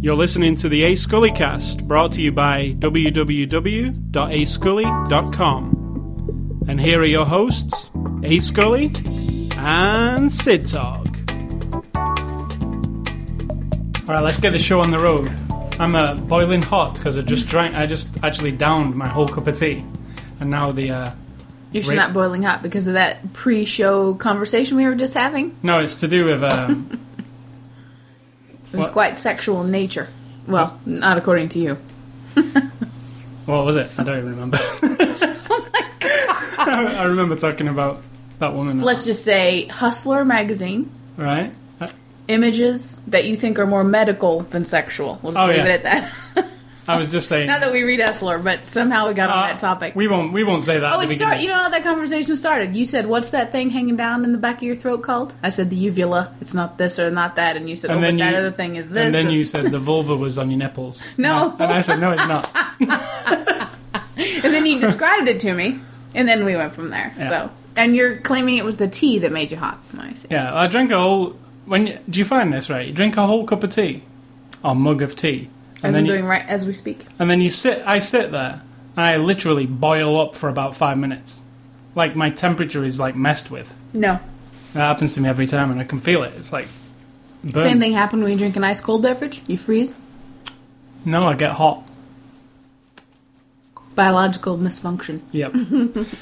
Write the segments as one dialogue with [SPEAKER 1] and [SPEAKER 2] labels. [SPEAKER 1] You're listening to the A Scully cast brought to you by www.ascully.com. And here are your hosts, A Scully and Sid Talk. All right, let's get the show on the road. I'm uh, boiling hot because I just drank, I just actually downed my whole cup of tea. And now the, uh,
[SPEAKER 2] You're
[SPEAKER 1] Right.
[SPEAKER 2] just not boiling hot because of that pre-show conversation we were just having.
[SPEAKER 1] no, it's to do with, um,
[SPEAKER 2] It was
[SPEAKER 1] What?
[SPEAKER 2] quite sexual in nature. Well, not according to you.
[SPEAKER 1] what was it? I don't even remember. I remember talking about that woman,
[SPEAKER 2] Let's just say Hustler magazine
[SPEAKER 1] right? I-
[SPEAKER 2] images that you think are more medical than sexual. We'll just
[SPEAKER 1] Oh,
[SPEAKER 2] leave
[SPEAKER 1] yeah.
[SPEAKER 2] it at that.
[SPEAKER 1] I was just saying.
[SPEAKER 2] not that we read Hustler, but somehow we got on
[SPEAKER 1] Uh,
[SPEAKER 2] that topic.
[SPEAKER 1] We won't. We won't say that.
[SPEAKER 2] Oh,
[SPEAKER 1] at
[SPEAKER 2] it
[SPEAKER 1] the
[SPEAKER 2] started. You
[SPEAKER 1] beginning.
[SPEAKER 2] know how that conversation started. You said, "What's that thing hanging down in the back of your throat called?" I said, "The uvula. It's not this or not that." And you said,
[SPEAKER 1] And
[SPEAKER 2] "Oh,
[SPEAKER 1] then
[SPEAKER 2] but that
[SPEAKER 1] you-
[SPEAKER 2] other thing is this."
[SPEAKER 1] And then you said the vulva was on your nipples.
[SPEAKER 2] No.
[SPEAKER 1] And I, and I said no, it's not.
[SPEAKER 2] And then you described it to me, and then we went from there.
[SPEAKER 1] Yeah.
[SPEAKER 2] So, and you're claiming it was the tea that made you hot. I see.
[SPEAKER 1] Yeah, I drank a whole. When you- do you find this right? You drink a whole cup of tea, or mug of tea, and
[SPEAKER 2] As
[SPEAKER 1] then
[SPEAKER 2] I'm
[SPEAKER 1] you,
[SPEAKER 2] doing right as we speak.
[SPEAKER 1] and then you sit. I sit there and I literally boil up for about five minutes. Like my temperature is like messed with.
[SPEAKER 2] No,
[SPEAKER 1] That happens to me every time, and I can feel it. It's like burn.
[SPEAKER 2] same thing happened when you drink an ice cold beverage. You freeze.
[SPEAKER 1] No, I get hot.
[SPEAKER 2] Biological misfunction.
[SPEAKER 1] Yep.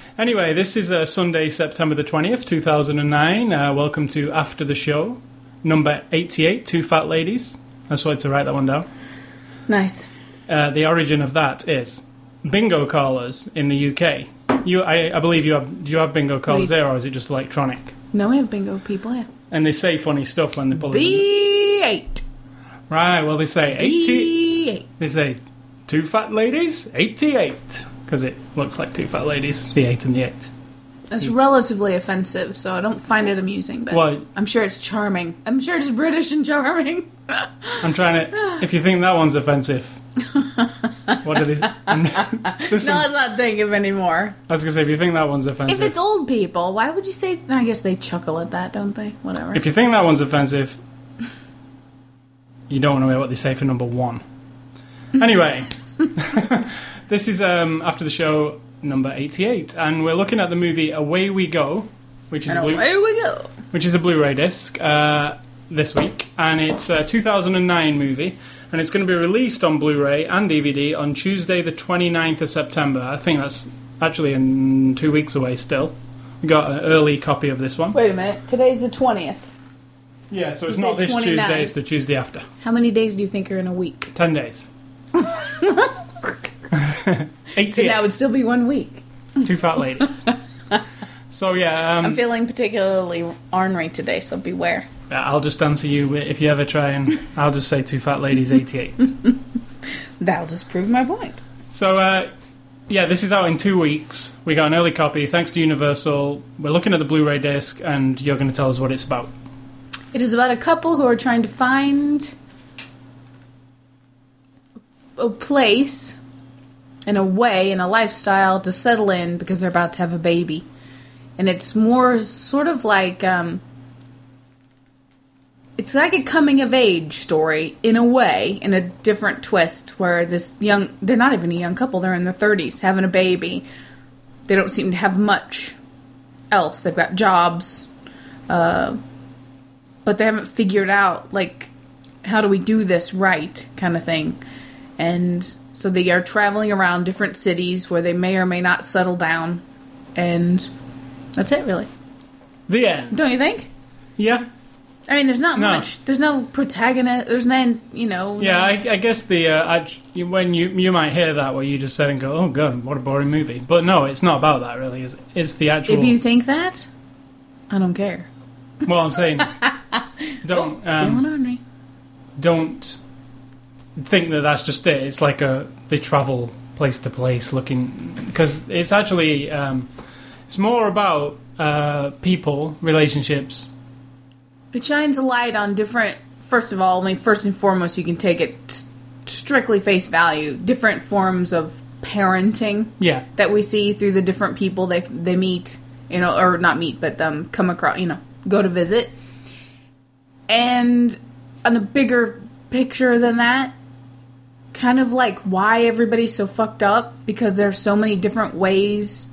[SPEAKER 1] anyway, this is uh, Sunday, September the 20th, 2009. Uh, welcome to After the Show, number 88, Two Fat Ladies. That's why to write that one down.
[SPEAKER 2] Nice.
[SPEAKER 1] Uh, the origin of that is bingo callers in the UK. You, I, I believe you have, do you have bingo callers
[SPEAKER 2] We-
[SPEAKER 1] there, or is it just electronic?
[SPEAKER 2] No, we have bingo people. Yeah.
[SPEAKER 1] And they say funny stuff when they pull it.
[SPEAKER 2] B eight.
[SPEAKER 1] in. Right, well, they say 80,
[SPEAKER 2] B eight.
[SPEAKER 1] they say two fat ladies, 88, because it looks like two fat ladies, the 8 and the 8.
[SPEAKER 2] That's relatively offensive, so I don't find it amusing. But
[SPEAKER 1] Well-
[SPEAKER 2] I'm sure it's charming. I'm sure it's British and charming.
[SPEAKER 1] I'm trying to. If you think that one's offensive, what are these? I'm- there's
[SPEAKER 2] No,
[SPEAKER 1] some-
[SPEAKER 2] let's not think of anymore.
[SPEAKER 1] I was gonna say, if you think that one's
[SPEAKER 2] If
[SPEAKER 1] offensive,
[SPEAKER 2] it's old people, why would you say? I guess they chuckle at that, don't they? Whatever.
[SPEAKER 1] if you think that one's offensive, you don't want to hear what they say for number one. Anyway, this is um, after the show number 88, and we're looking at the movie Away We Go, which is a Blu-
[SPEAKER 2] Here we go.
[SPEAKER 1] which is a Blu-ray disc uh, this week, and it's a 2009 movie, and it's going to be released on Blu-ray and DVD on Tuesday, the 29th of September. I think that's actually in two weeks away still. We got an early copy of this one.
[SPEAKER 2] Wait a minute. Today's the twentieth.
[SPEAKER 1] Yeah, so it's
[SPEAKER 2] You
[SPEAKER 1] not
[SPEAKER 2] said
[SPEAKER 1] this
[SPEAKER 2] 29.
[SPEAKER 1] Tuesday; it's the Tuesday after.
[SPEAKER 2] How many days do you think are in a week?
[SPEAKER 1] Ten days.
[SPEAKER 2] Then
[SPEAKER 1] Eighteen.
[SPEAKER 2] that would still be one week.
[SPEAKER 1] Two fat ladies. so yeah, um,
[SPEAKER 2] I'm feeling particularly ornery today, so beware.
[SPEAKER 1] I'll just answer you if you ever try, and I'll just say two fat ladies, eighty-eight.
[SPEAKER 2] That'll just prove my point.
[SPEAKER 1] So, uh, yeah, this is out in two weeks. We got an early copy, thanks to Universal. We're looking at the Blu ray disc, and you're going to tell us what it's about.
[SPEAKER 2] It is about a couple who are trying to find a place and a way and a lifestyle to settle in because they're about to have a baby. And it's more sort of like um it's like a coming of age story in a way, in a different twist where this young they're not even a young couple, they're in their 30s having a baby. They don't seem to have much else. They've got jobs, but they haven't figured out like how do we do this right kind of thing and so they are traveling around different cities where they may or may not settle down and that's it really
[SPEAKER 1] The end.
[SPEAKER 2] don't you think
[SPEAKER 1] Yeah?
[SPEAKER 2] i mean there's not
[SPEAKER 1] No.
[SPEAKER 2] much there's no protagonist there's none you know
[SPEAKER 1] Yeah, I, I guess the. Uh, act- you- when you you might hear that, where you just said and go, oh, God, what a boring movie. But no, it's not about that, really, is it? It's the actual.
[SPEAKER 2] if you think that i don't care
[SPEAKER 1] well, I'm saying. is don't. Um,
[SPEAKER 2] Feeling ornery.
[SPEAKER 1] don't think that that's just it. It's like a they travel place to place looking because it's actually um, it's more about uh, people relationships.
[SPEAKER 2] It shines a light on different. First of all, I mean, first and foremost, you can take it s- strictly face value. Different forms of parenting
[SPEAKER 1] Yeah,
[SPEAKER 2] that we see through the different people they they meet, you know, or not meet, but um, come across, you know, go to visit, and on a bigger picture than that. Kind of like why everybody's so fucked up because there's so many different ways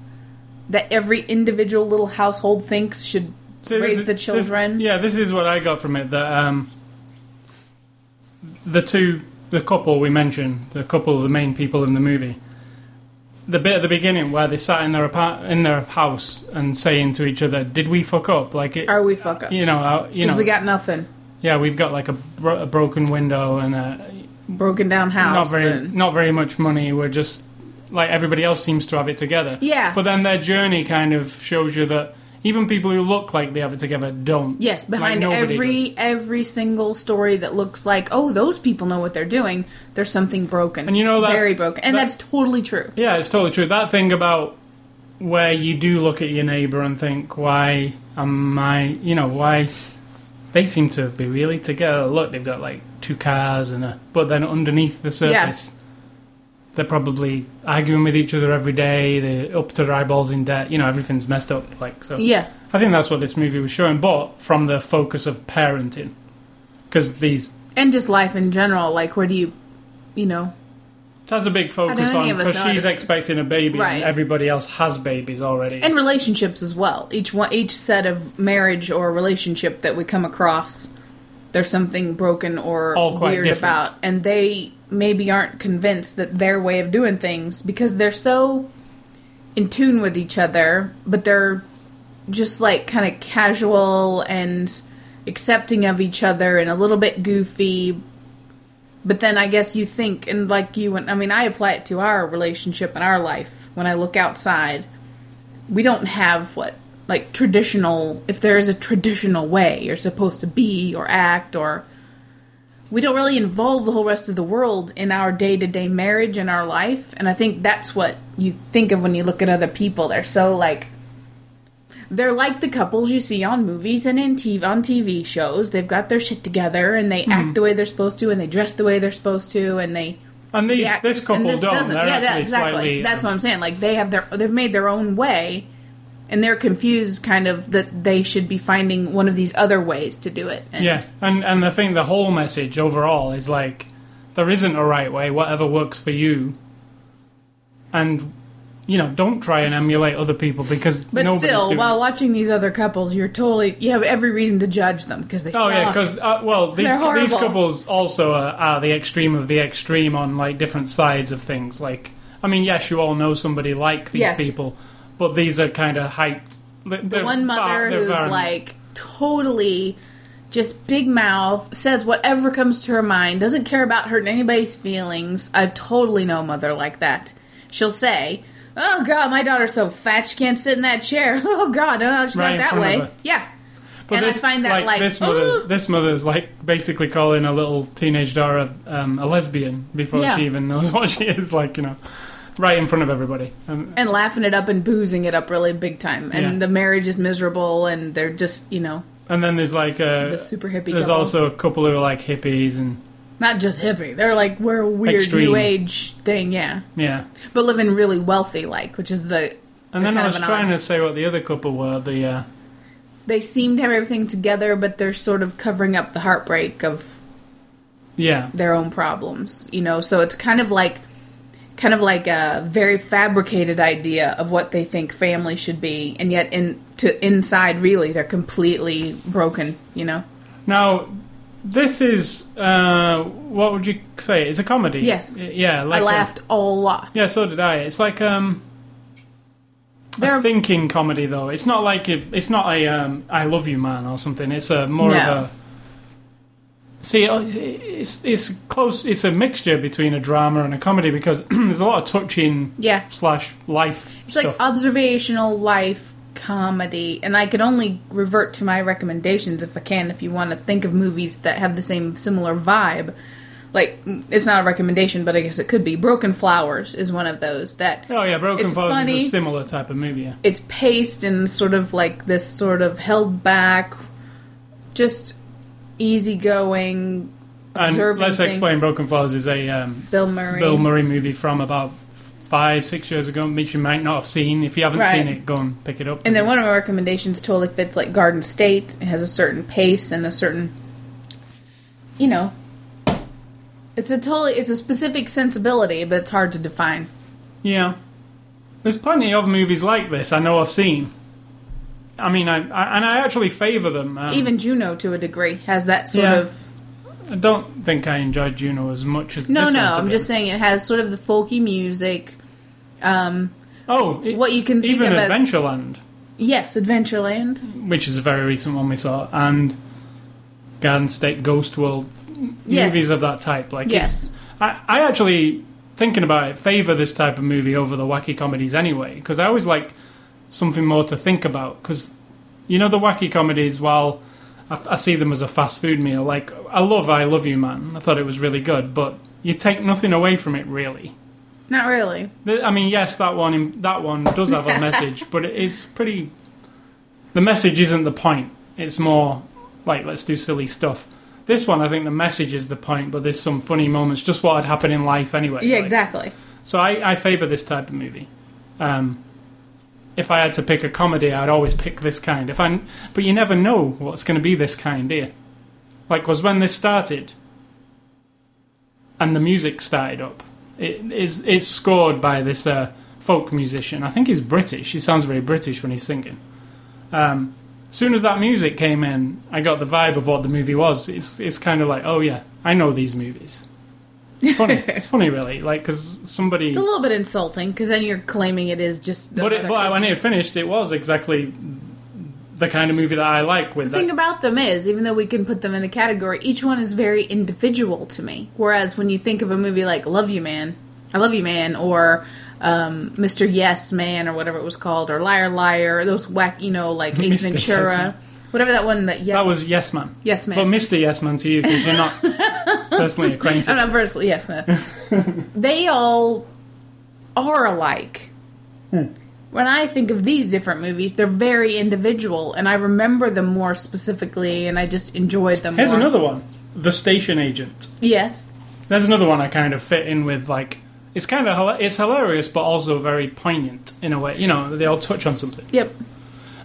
[SPEAKER 2] that every individual little household thinks should
[SPEAKER 1] So this
[SPEAKER 2] raise
[SPEAKER 1] is-
[SPEAKER 2] the
[SPEAKER 1] this-
[SPEAKER 2] children.
[SPEAKER 1] yeah, this is what I got from it that um, the two, the couple we mentioned, the couple of the main people in the movie, the bit at the beginning where they sat in their apart- in their house and saying to each other, "Did we fuck up?" Like it,
[SPEAKER 2] Are we fuck ups?
[SPEAKER 1] you know, uh, you know,
[SPEAKER 2] we got nothing.
[SPEAKER 1] yeah, we've got like a, bro- a broken window and a,
[SPEAKER 2] Broken down
[SPEAKER 1] not
[SPEAKER 2] house.
[SPEAKER 1] very
[SPEAKER 2] and-
[SPEAKER 1] not very much money. We're just like everybody else seems to have it together.
[SPEAKER 2] Yeah.
[SPEAKER 1] But then their journey kind of shows you that even people who look like they have it together don't.
[SPEAKER 2] Yes,
[SPEAKER 1] Like,
[SPEAKER 2] behind
[SPEAKER 1] nobody
[SPEAKER 2] every
[SPEAKER 1] does.
[SPEAKER 2] every single story that looks like, oh, those people know what they're doing. There's something broken,
[SPEAKER 1] And you know that-
[SPEAKER 2] very broken, and
[SPEAKER 1] that-
[SPEAKER 2] that's totally true.
[SPEAKER 1] Yeah, it's totally true. That thing about where you do look at your neighbour and think, why am I? You know, why they seem to be really together? Look, they've got like two cars and a. But then underneath the surface. They're probably arguing with each other every day. They're up to their eyeballs in debt. You know, everything's messed up. Like so.
[SPEAKER 2] Yeah,
[SPEAKER 1] I think that's what this movie was showing, but from the focus of parenting, because these
[SPEAKER 2] and just life in general. Like, where do you, you know,
[SPEAKER 1] it has a big focus on
[SPEAKER 2] any of us
[SPEAKER 1] because
[SPEAKER 2] know
[SPEAKER 1] she's
[SPEAKER 2] this?
[SPEAKER 1] expecting a baby,
[SPEAKER 2] Right.
[SPEAKER 1] and everybody else has babies already.
[SPEAKER 2] and relationships as well. Each one, each set of marriage or relationship that we come across, there's something broken or
[SPEAKER 1] All quite
[SPEAKER 2] weird
[SPEAKER 1] different.
[SPEAKER 2] about, and they maybe aren't convinced that their way of doing things because they're so in tune with each other, but they're just like kind of casual and accepting of each other and a little bit goofy. But then I guess you think, and like you, and I mean, I apply it to our relationship and our life. When I look outside, we don't have what, like traditional, if there is a traditional way you're supposed to be or act or. We don't really involve the whole rest of the world in our day to day marriage and our life. And I think that's what you think of when you look at other people. They're so like they're like the couples you see on movies and in TV on TV shows. They've got their shit together and they act the way they're supposed to and they dress the way they're supposed to and they
[SPEAKER 1] And these,
[SPEAKER 2] they act,
[SPEAKER 1] this couple
[SPEAKER 2] and this
[SPEAKER 1] don't.
[SPEAKER 2] doesn't.
[SPEAKER 1] They're
[SPEAKER 2] yeah, that,
[SPEAKER 1] actually
[SPEAKER 2] exactly.
[SPEAKER 1] slightly.
[SPEAKER 2] That's what I'm saying. Like they have their they've made their own way and they're confused kind of that they should be finding one of these other ways to do it. And
[SPEAKER 1] yeah, and and I think the whole message overall is like there isn't a right way. Whatever works for you, and you know, don't try and emulate other people because
[SPEAKER 2] But
[SPEAKER 1] nobody's
[SPEAKER 2] still,
[SPEAKER 1] doing it.
[SPEAKER 2] while watching these other couples, you're totally you have every reason to judge them because they
[SPEAKER 1] Oh
[SPEAKER 2] suck.
[SPEAKER 1] yeah, because uh, well, these
[SPEAKER 2] They're horrible.
[SPEAKER 1] these couples also are, are the extreme of the extreme on like different sides of things. Like, I mean, yes, you all know somebody like these
[SPEAKER 2] Yes.
[SPEAKER 1] people, but these are kind of hyped.
[SPEAKER 2] the one mother who's like totally just big mouth says whatever comes to her mind doesn't care about hurting anybody's feelings i totally know a mother like that she'll say oh god my daughter's so fat she can't sit in that chair oh god no she's
[SPEAKER 1] Right in
[SPEAKER 2] not that
[SPEAKER 1] front of
[SPEAKER 2] way
[SPEAKER 1] her.
[SPEAKER 2] yeah and I find that like,
[SPEAKER 1] this mother,
[SPEAKER 2] "Ooh."
[SPEAKER 1] this mother's like basically calling a little teenage Dora um, a lesbian before
[SPEAKER 2] Yeah.
[SPEAKER 1] she even knows what she is. Like, you know, right in front of everybody. And,
[SPEAKER 2] and laughing it up and boozing it up really big time and
[SPEAKER 1] Yeah.
[SPEAKER 2] the marriage is miserable and they're just you know
[SPEAKER 1] and then there's like a
[SPEAKER 2] the super hippie
[SPEAKER 1] Uh, there's
[SPEAKER 2] couple.
[SPEAKER 1] also a couple who are like hippies and
[SPEAKER 2] not just hippie they're like we're a weird
[SPEAKER 1] Extreme.
[SPEAKER 2] new age thing yeah
[SPEAKER 1] yeah.
[SPEAKER 2] but living really wealthy like which is the
[SPEAKER 1] And
[SPEAKER 2] They're
[SPEAKER 1] then I
[SPEAKER 2] kind
[SPEAKER 1] was
[SPEAKER 2] of an
[SPEAKER 1] trying to
[SPEAKER 2] odd-
[SPEAKER 1] say what the other couple were. The uh,
[SPEAKER 2] they seem to have everything together but they're sort of covering up the heartbreak of
[SPEAKER 1] yeah,
[SPEAKER 2] their own problems you know so it's kind of like kind of like a very fabricated idea of what they think family should be and yet in to inside really they're completely broken you know
[SPEAKER 1] Now, this is uh, what would you say? It's a comedy.
[SPEAKER 2] Yes.
[SPEAKER 1] Y- Yeah. Like
[SPEAKER 2] i
[SPEAKER 1] a-
[SPEAKER 2] laughed a lot
[SPEAKER 1] yeah, so did I. It's like um, a
[SPEAKER 2] They're-
[SPEAKER 1] thinking comedy, though. It's not like a, it's not a um, I love you man or something. It's a more
[SPEAKER 2] No.
[SPEAKER 1] of a see. oh, It's it's close. It's a mixture between a drama and a comedy because there's a lot of touching
[SPEAKER 2] yeah
[SPEAKER 1] slash life
[SPEAKER 2] It's
[SPEAKER 1] stuff.
[SPEAKER 2] like uh, observational life comedy, and I could only revert to my recommendations if I can. If you want to think of movies that have the same similar vibe, like mm, it's not a recommendation, but I guess it could be. Broken Flowers is one of those that
[SPEAKER 1] oh yeah, Broken
[SPEAKER 2] it's
[SPEAKER 1] Flowers is
[SPEAKER 2] funny.
[SPEAKER 1] a similar type of movie. Yeah.
[SPEAKER 2] it's paced and sort of like this sort of held back, just easygoing.
[SPEAKER 1] And
[SPEAKER 2] Observing
[SPEAKER 1] let's
[SPEAKER 2] thing.
[SPEAKER 1] explain. Broken Flowers is a um,
[SPEAKER 2] Bill Murray.
[SPEAKER 1] Bill Murray movie from about five, six years ago, which you might not have seen. If you haven't
[SPEAKER 2] Right.
[SPEAKER 1] seen it, go and pick it up.
[SPEAKER 2] And then one of my recommendations totally fits like Garden State. It has a certain pace and a certain, you know, It's a totally it's a specific sensibility, but it's hard to define.
[SPEAKER 1] Yeah. There's plenty of movies like this I know I've seen. I mean, I, I and I actually favour them. Um,
[SPEAKER 2] Even Juno, to a degree, has that sort
[SPEAKER 1] Yeah.
[SPEAKER 2] of
[SPEAKER 1] I don't think I enjoyed Juno as much as
[SPEAKER 2] no,
[SPEAKER 1] this
[SPEAKER 2] no.
[SPEAKER 1] one
[SPEAKER 2] I'm
[SPEAKER 1] did.
[SPEAKER 2] just saying it has sort of the folky music. Um,
[SPEAKER 1] oh, it-
[SPEAKER 2] what you can think
[SPEAKER 1] even
[SPEAKER 2] of as-
[SPEAKER 1] Adventureland,
[SPEAKER 2] yes, Adventureland.
[SPEAKER 1] which is a very recent one we saw, and Garden State Ghost World
[SPEAKER 2] Yes,
[SPEAKER 1] movies of that type. Like,
[SPEAKER 2] Yes.
[SPEAKER 1] it's, I, I actually thinking about it favour this type of movie over the wacky comedies anyway because I always like something more to think about because you know the wacky comedies while I, I see them as a fast food meal like I love I Love You Man I thought it was really good but you take nothing away from it really.
[SPEAKER 2] not really.
[SPEAKER 1] The- I mean, yes, that one in- that one does have a message, but it is pretty. The message isn't the point. It's more like let's do silly stuff. This one, I think the message is the point, but there's some funny moments, just what had happened in life anyway.
[SPEAKER 2] Yeah,
[SPEAKER 1] like-
[SPEAKER 2] exactly.
[SPEAKER 1] So I, I favour this type of movie. Um, if I had to pick a comedy, I'd always pick this kind. If I, but you never know what's going to be this kind, do you? Like, was when this started, and the music started up. It is it's scored by this uh, folk musician. I think he's British. He sounds very British when he's singing. Um, as soon as that music came in, I got the vibe of what the movie was. It's it's kind of like, oh yeah, I know these movies. It's funny. it's funny, really, like because somebody.
[SPEAKER 2] It's a little bit insulting because then you're claiming it is just.
[SPEAKER 1] But, it,
[SPEAKER 2] another
[SPEAKER 1] but
[SPEAKER 2] thing.
[SPEAKER 1] when it finished, it was exactly the kind of movie that I like. With
[SPEAKER 2] The thing
[SPEAKER 1] that,
[SPEAKER 2] about them is, even though we can put them in a category, each one is very individual to me. Whereas when you think of a movie like Love You Man, I Love You Man, or um, Mr. Yes Man, or whatever it was called, or Liar Liar, those whack, you know, like
[SPEAKER 1] Mr. Yes
[SPEAKER 2] Ace
[SPEAKER 1] Man.
[SPEAKER 2] Ventura, whatever that one that Yes,
[SPEAKER 1] that was Yes Man.
[SPEAKER 2] Yes Man.
[SPEAKER 1] But Mr. Yes Man to you because you're not personally acquainted.
[SPEAKER 2] I'm not personally Yes Man. they all are alike.
[SPEAKER 1] Hmm.
[SPEAKER 2] When I think of these different movies, they're very individual, and I remember them more specifically, and I just enjoyed them.
[SPEAKER 1] Here's
[SPEAKER 2] more.
[SPEAKER 1] another one: The Station Agent.
[SPEAKER 2] Yes.
[SPEAKER 1] There's another one I kind of fit in with. Like it's kind of hila- it's hilarious, but also very poignant in a way. You know, they all touch on something.
[SPEAKER 2] Yep.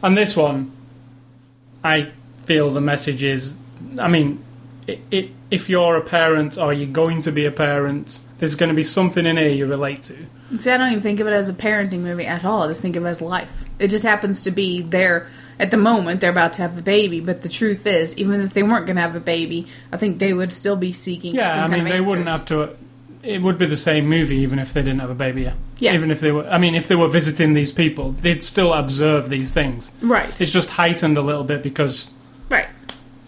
[SPEAKER 1] And this one, I feel the message is I mean, it, it, if you're a parent or you're going to be a parent, there's going to be something in here you relate to.
[SPEAKER 2] See, I don't even think of it as a parenting movie at all. I just think of it as life. It just happens to be there at the moment they're about to have a baby. But the truth is, even if they weren't going to have a baby, I think they would still be seeking.
[SPEAKER 1] Yeah,
[SPEAKER 2] some
[SPEAKER 1] I
[SPEAKER 2] kind
[SPEAKER 1] mean,
[SPEAKER 2] of
[SPEAKER 1] they wouldn't have
[SPEAKER 2] answers.
[SPEAKER 1] to. It would be the same movie even if they didn't have a baby. Yeah.
[SPEAKER 2] Yeah.
[SPEAKER 1] Even if they were, I mean, if they were visiting these people, they'd still observe these things.
[SPEAKER 2] Right.
[SPEAKER 1] It's just heightened a little bit because
[SPEAKER 2] Right.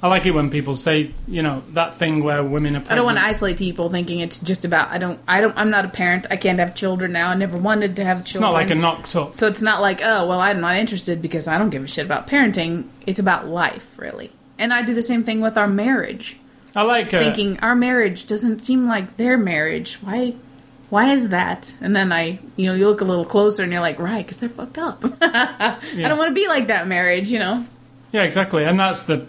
[SPEAKER 1] I like it when people say, you know, that thing where women are. Pregnant.
[SPEAKER 2] I don't want to isolate people thinking it's just about. I don't. I don't. I'm not a parent. I can't have children now. I never wanted to have
[SPEAKER 1] Not
[SPEAKER 2] children.
[SPEAKER 1] like a knocked up.
[SPEAKER 2] So it's not like oh well, I'm not interested because I don't give a shit about parenting. It's about life, really. And I do the same thing with our marriage.
[SPEAKER 1] I like uh,
[SPEAKER 2] thinking our marriage doesn't seem like their marriage. Why? Why is that? And then I, you know, you look a little closer and you're like, right, because they're fucked up. I don't want to be like that marriage. You know,
[SPEAKER 1] Yeah, exactly, and that's the,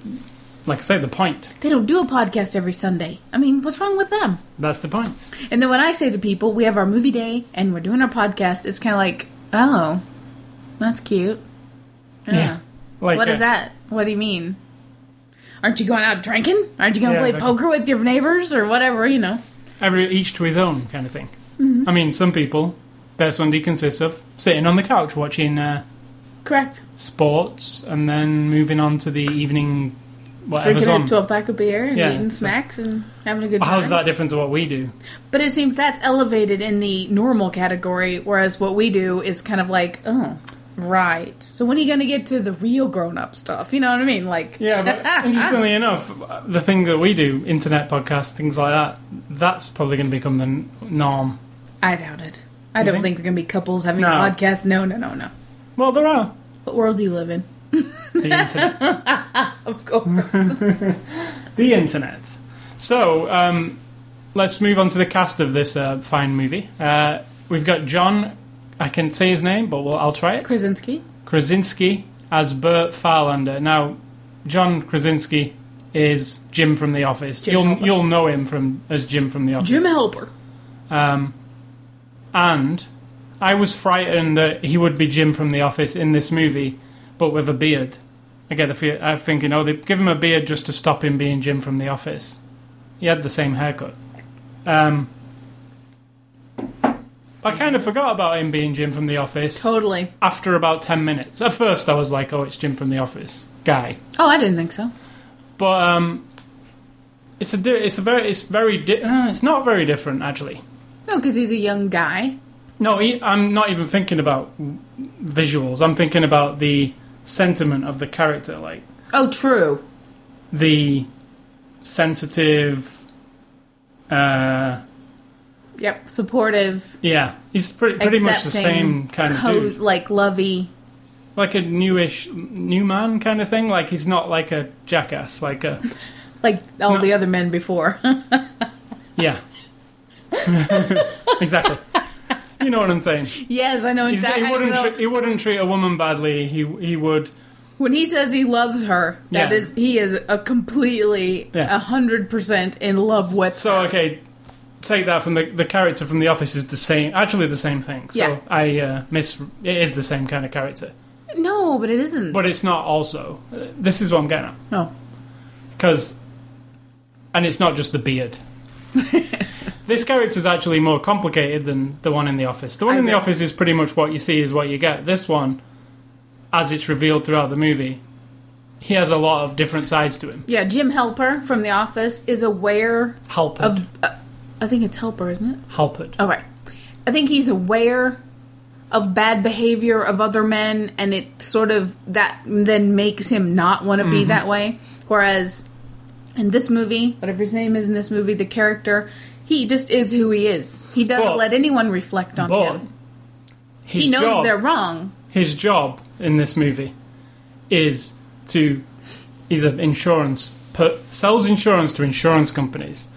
[SPEAKER 1] like I say, the point.
[SPEAKER 2] they don't do a podcast every Sunday. I mean, what's wrong with them?
[SPEAKER 1] That's the point.
[SPEAKER 2] And then when I say to people, we have our movie day and we're doing our podcast, it's kind of like, oh, that's cute. Yeah.
[SPEAKER 1] Like
[SPEAKER 2] what
[SPEAKER 1] uh,
[SPEAKER 2] is that? What do you mean? Aren't you going out drinking? Aren't you going to
[SPEAKER 1] Yeah,
[SPEAKER 2] play
[SPEAKER 1] exactly.
[SPEAKER 2] poker with your neighbors or whatever? You know.
[SPEAKER 1] Every each to his own kind of thing.
[SPEAKER 2] Mm-hmm.
[SPEAKER 1] I mean, some people their Sunday consists of sitting on the couch watching uh,
[SPEAKER 2] Correct.
[SPEAKER 1] sports, and then moving on to the evening whatever's
[SPEAKER 2] drinking
[SPEAKER 1] on.
[SPEAKER 2] a 12 pack of beer and
[SPEAKER 1] Yeah,
[SPEAKER 2] eating
[SPEAKER 1] so-
[SPEAKER 2] snacks and having a good time.
[SPEAKER 1] How's that different to what we do?
[SPEAKER 2] But it seems that's elevated in the normal category, whereas what we do is kind of like, oh, right. So when are you going to get to the real grown up stuff? You know what I mean? Like,
[SPEAKER 1] Yeah, but interestingly enough, the thing that we do, internet podcasts, things like that, that's probably going to become the n- norm.
[SPEAKER 2] I doubt it. I don't
[SPEAKER 1] think?
[SPEAKER 2] think, they're going to be couples having
[SPEAKER 1] No.
[SPEAKER 2] podcasts. No, no, no, no.
[SPEAKER 1] Well, there are
[SPEAKER 2] What world do you live in? Mm.
[SPEAKER 1] the internet. Oh,
[SPEAKER 2] Of course.
[SPEAKER 1] the internet. So um, let's move on to the cast of this uh, fine movie. Uh, we've got John. I can say his name, but we'll, I'll try it.
[SPEAKER 2] Krasinski?
[SPEAKER 1] Krasinski as Bert Farlander. Now, John Krasinski is Jim from The Office.
[SPEAKER 2] Jim
[SPEAKER 1] you'll
[SPEAKER 2] Halpert.
[SPEAKER 1] you'll know him from as Jim from The Office.
[SPEAKER 2] Jim Helper.
[SPEAKER 1] Um, and I was frightened that he would be Jim from The Office in this movie, but with a beard. I get the uh, fear. I'm thinking, oh, they give him a beard just to stop him being Jim from The Office. He had the same haircut. Um, I kind of forgot about him being Jim from The Office
[SPEAKER 2] Totally.
[SPEAKER 1] after about 10 minutes. At first, I was like, oh, it's Jim from The Office. Guy.
[SPEAKER 2] Oh, I didn't think so.
[SPEAKER 1] But um, it's a di- it's a very it's very di- uh, it's not very different actually.
[SPEAKER 2] No, because he's a young guy.
[SPEAKER 1] No, he, I'm not even thinking about visuals. I'm thinking about the sentiment of the character, like
[SPEAKER 2] Oh, true.
[SPEAKER 1] the sensitive. Uh,
[SPEAKER 2] Yep. Supportive.
[SPEAKER 1] yeah, he's pretty pretty much the
[SPEAKER 2] accepting,
[SPEAKER 1] same kind of
[SPEAKER 2] co-
[SPEAKER 1] dude,
[SPEAKER 2] like lovey.
[SPEAKER 1] like a newish new man kind of thing. Like he's not like a jackass, like a
[SPEAKER 2] Like all
[SPEAKER 1] No.
[SPEAKER 2] the other men before.
[SPEAKER 1] yeah, exactly. You know what I'm saying.
[SPEAKER 2] yes, I know
[SPEAKER 1] He's-
[SPEAKER 2] exactly.
[SPEAKER 1] He wouldn't, tre- he wouldn't treat a woman badly. He he would.
[SPEAKER 2] when he says he loves her, that
[SPEAKER 1] Yeah.
[SPEAKER 2] is, he is a completely
[SPEAKER 1] Yeah.
[SPEAKER 2] a hundred percent in love with.
[SPEAKER 1] So okay, take that from the the character from The Office is the same. Actually, the same thing. So
[SPEAKER 2] Yeah.
[SPEAKER 1] I uh, miss. It is the same kind of character,
[SPEAKER 2] no, but it isn't.
[SPEAKER 1] but it's not. Also, Uh, this is what I'm getting at
[SPEAKER 2] oh,
[SPEAKER 1] because, and it's not just the beard. this character's actually more complicated than the one in The Office. The one
[SPEAKER 2] I
[SPEAKER 1] in The
[SPEAKER 2] agree.
[SPEAKER 1] Office is pretty much what you see is what you get. This one, as it's revealed throughout the movie, he has a lot of different sides to him.
[SPEAKER 2] yeah. Jim Helper from The Office is aware
[SPEAKER 1] Halpert.
[SPEAKER 2] of. Uh, I think it's Helper, isn't it?
[SPEAKER 1] Halpert.
[SPEAKER 2] All right. I think he's aware of bad behavior of other men, and it sort of that then makes him not want to be that way. Whereas in this movie, whatever his name is in this movie, the character, he just is who he is. He doesn't
[SPEAKER 1] But-
[SPEAKER 2] let anyone reflect on
[SPEAKER 1] But
[SPEAKER 2] him.
[SPEAKER 1] his
[SPEAKER 2] He knows
[SPEAKER 1] job,
[SPEAKER 2] they're wrong.
[SPEAKER 1] his job in this movie is to he's an insurance per, sells insurance to insurance companies,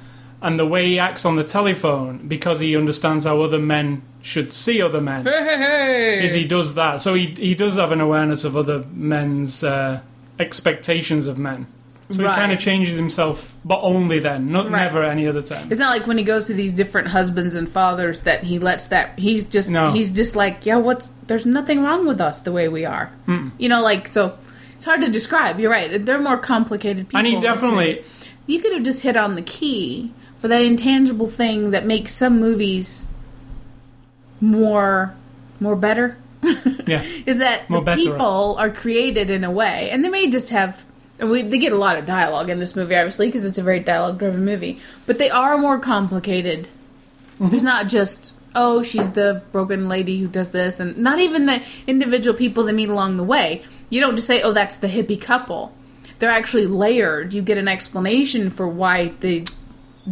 [SPEAKER 1] and the way he acts on the telephone because he understands how other men should see other men
[SPEAKER 2] Hey, hey, hey.
[SPEAKER 1] is he does that. So he he does have an awareness of other men's uh, expectations of men. So
[SPEAKER 2] Right.
[SPEAKER 1] he kind of changes himself, but only then, not
[SPEAKER 2] Right.
[SPEAKER 1] never any other time.
[SPEAKER 2] It's not like when he goes to these different husbands and fathers that he lets that he's just
[SPEAKER 1] No.
[SPEAKER 2] he's just like yeah what's there's nothing wrong with us the way we are you know like so it's hard to describe you're right they're more complicated people
[SPEAKER 1] and he
[SPEAKER 2] in this
[SPEAKER 1] definitely
[SPEAKER 2] movie. you could have just hit on the key for that intangible thing that makes some movies more more better
[SPEAKER 1] yeah
[SPEAKER 2] is that
[SPEAKER 1] More
[SPEAKER 2] the
[SPEAKER 1] better.
[SPEAKER 2] people are created in a way, and they may just have. We, they get a lot of dialogue in this movie, obviously, because it's a very dialogue-driven movie. But they are more complicated.
[SPEAKER 1] Mm-hmm.
[SPEAKER 2] There's not just oh, she's the broken lady who does this, and not even the individual people they meet along the way. You don't just say oh, that's the hippie couple. They're actually layered. You get an explanation for why they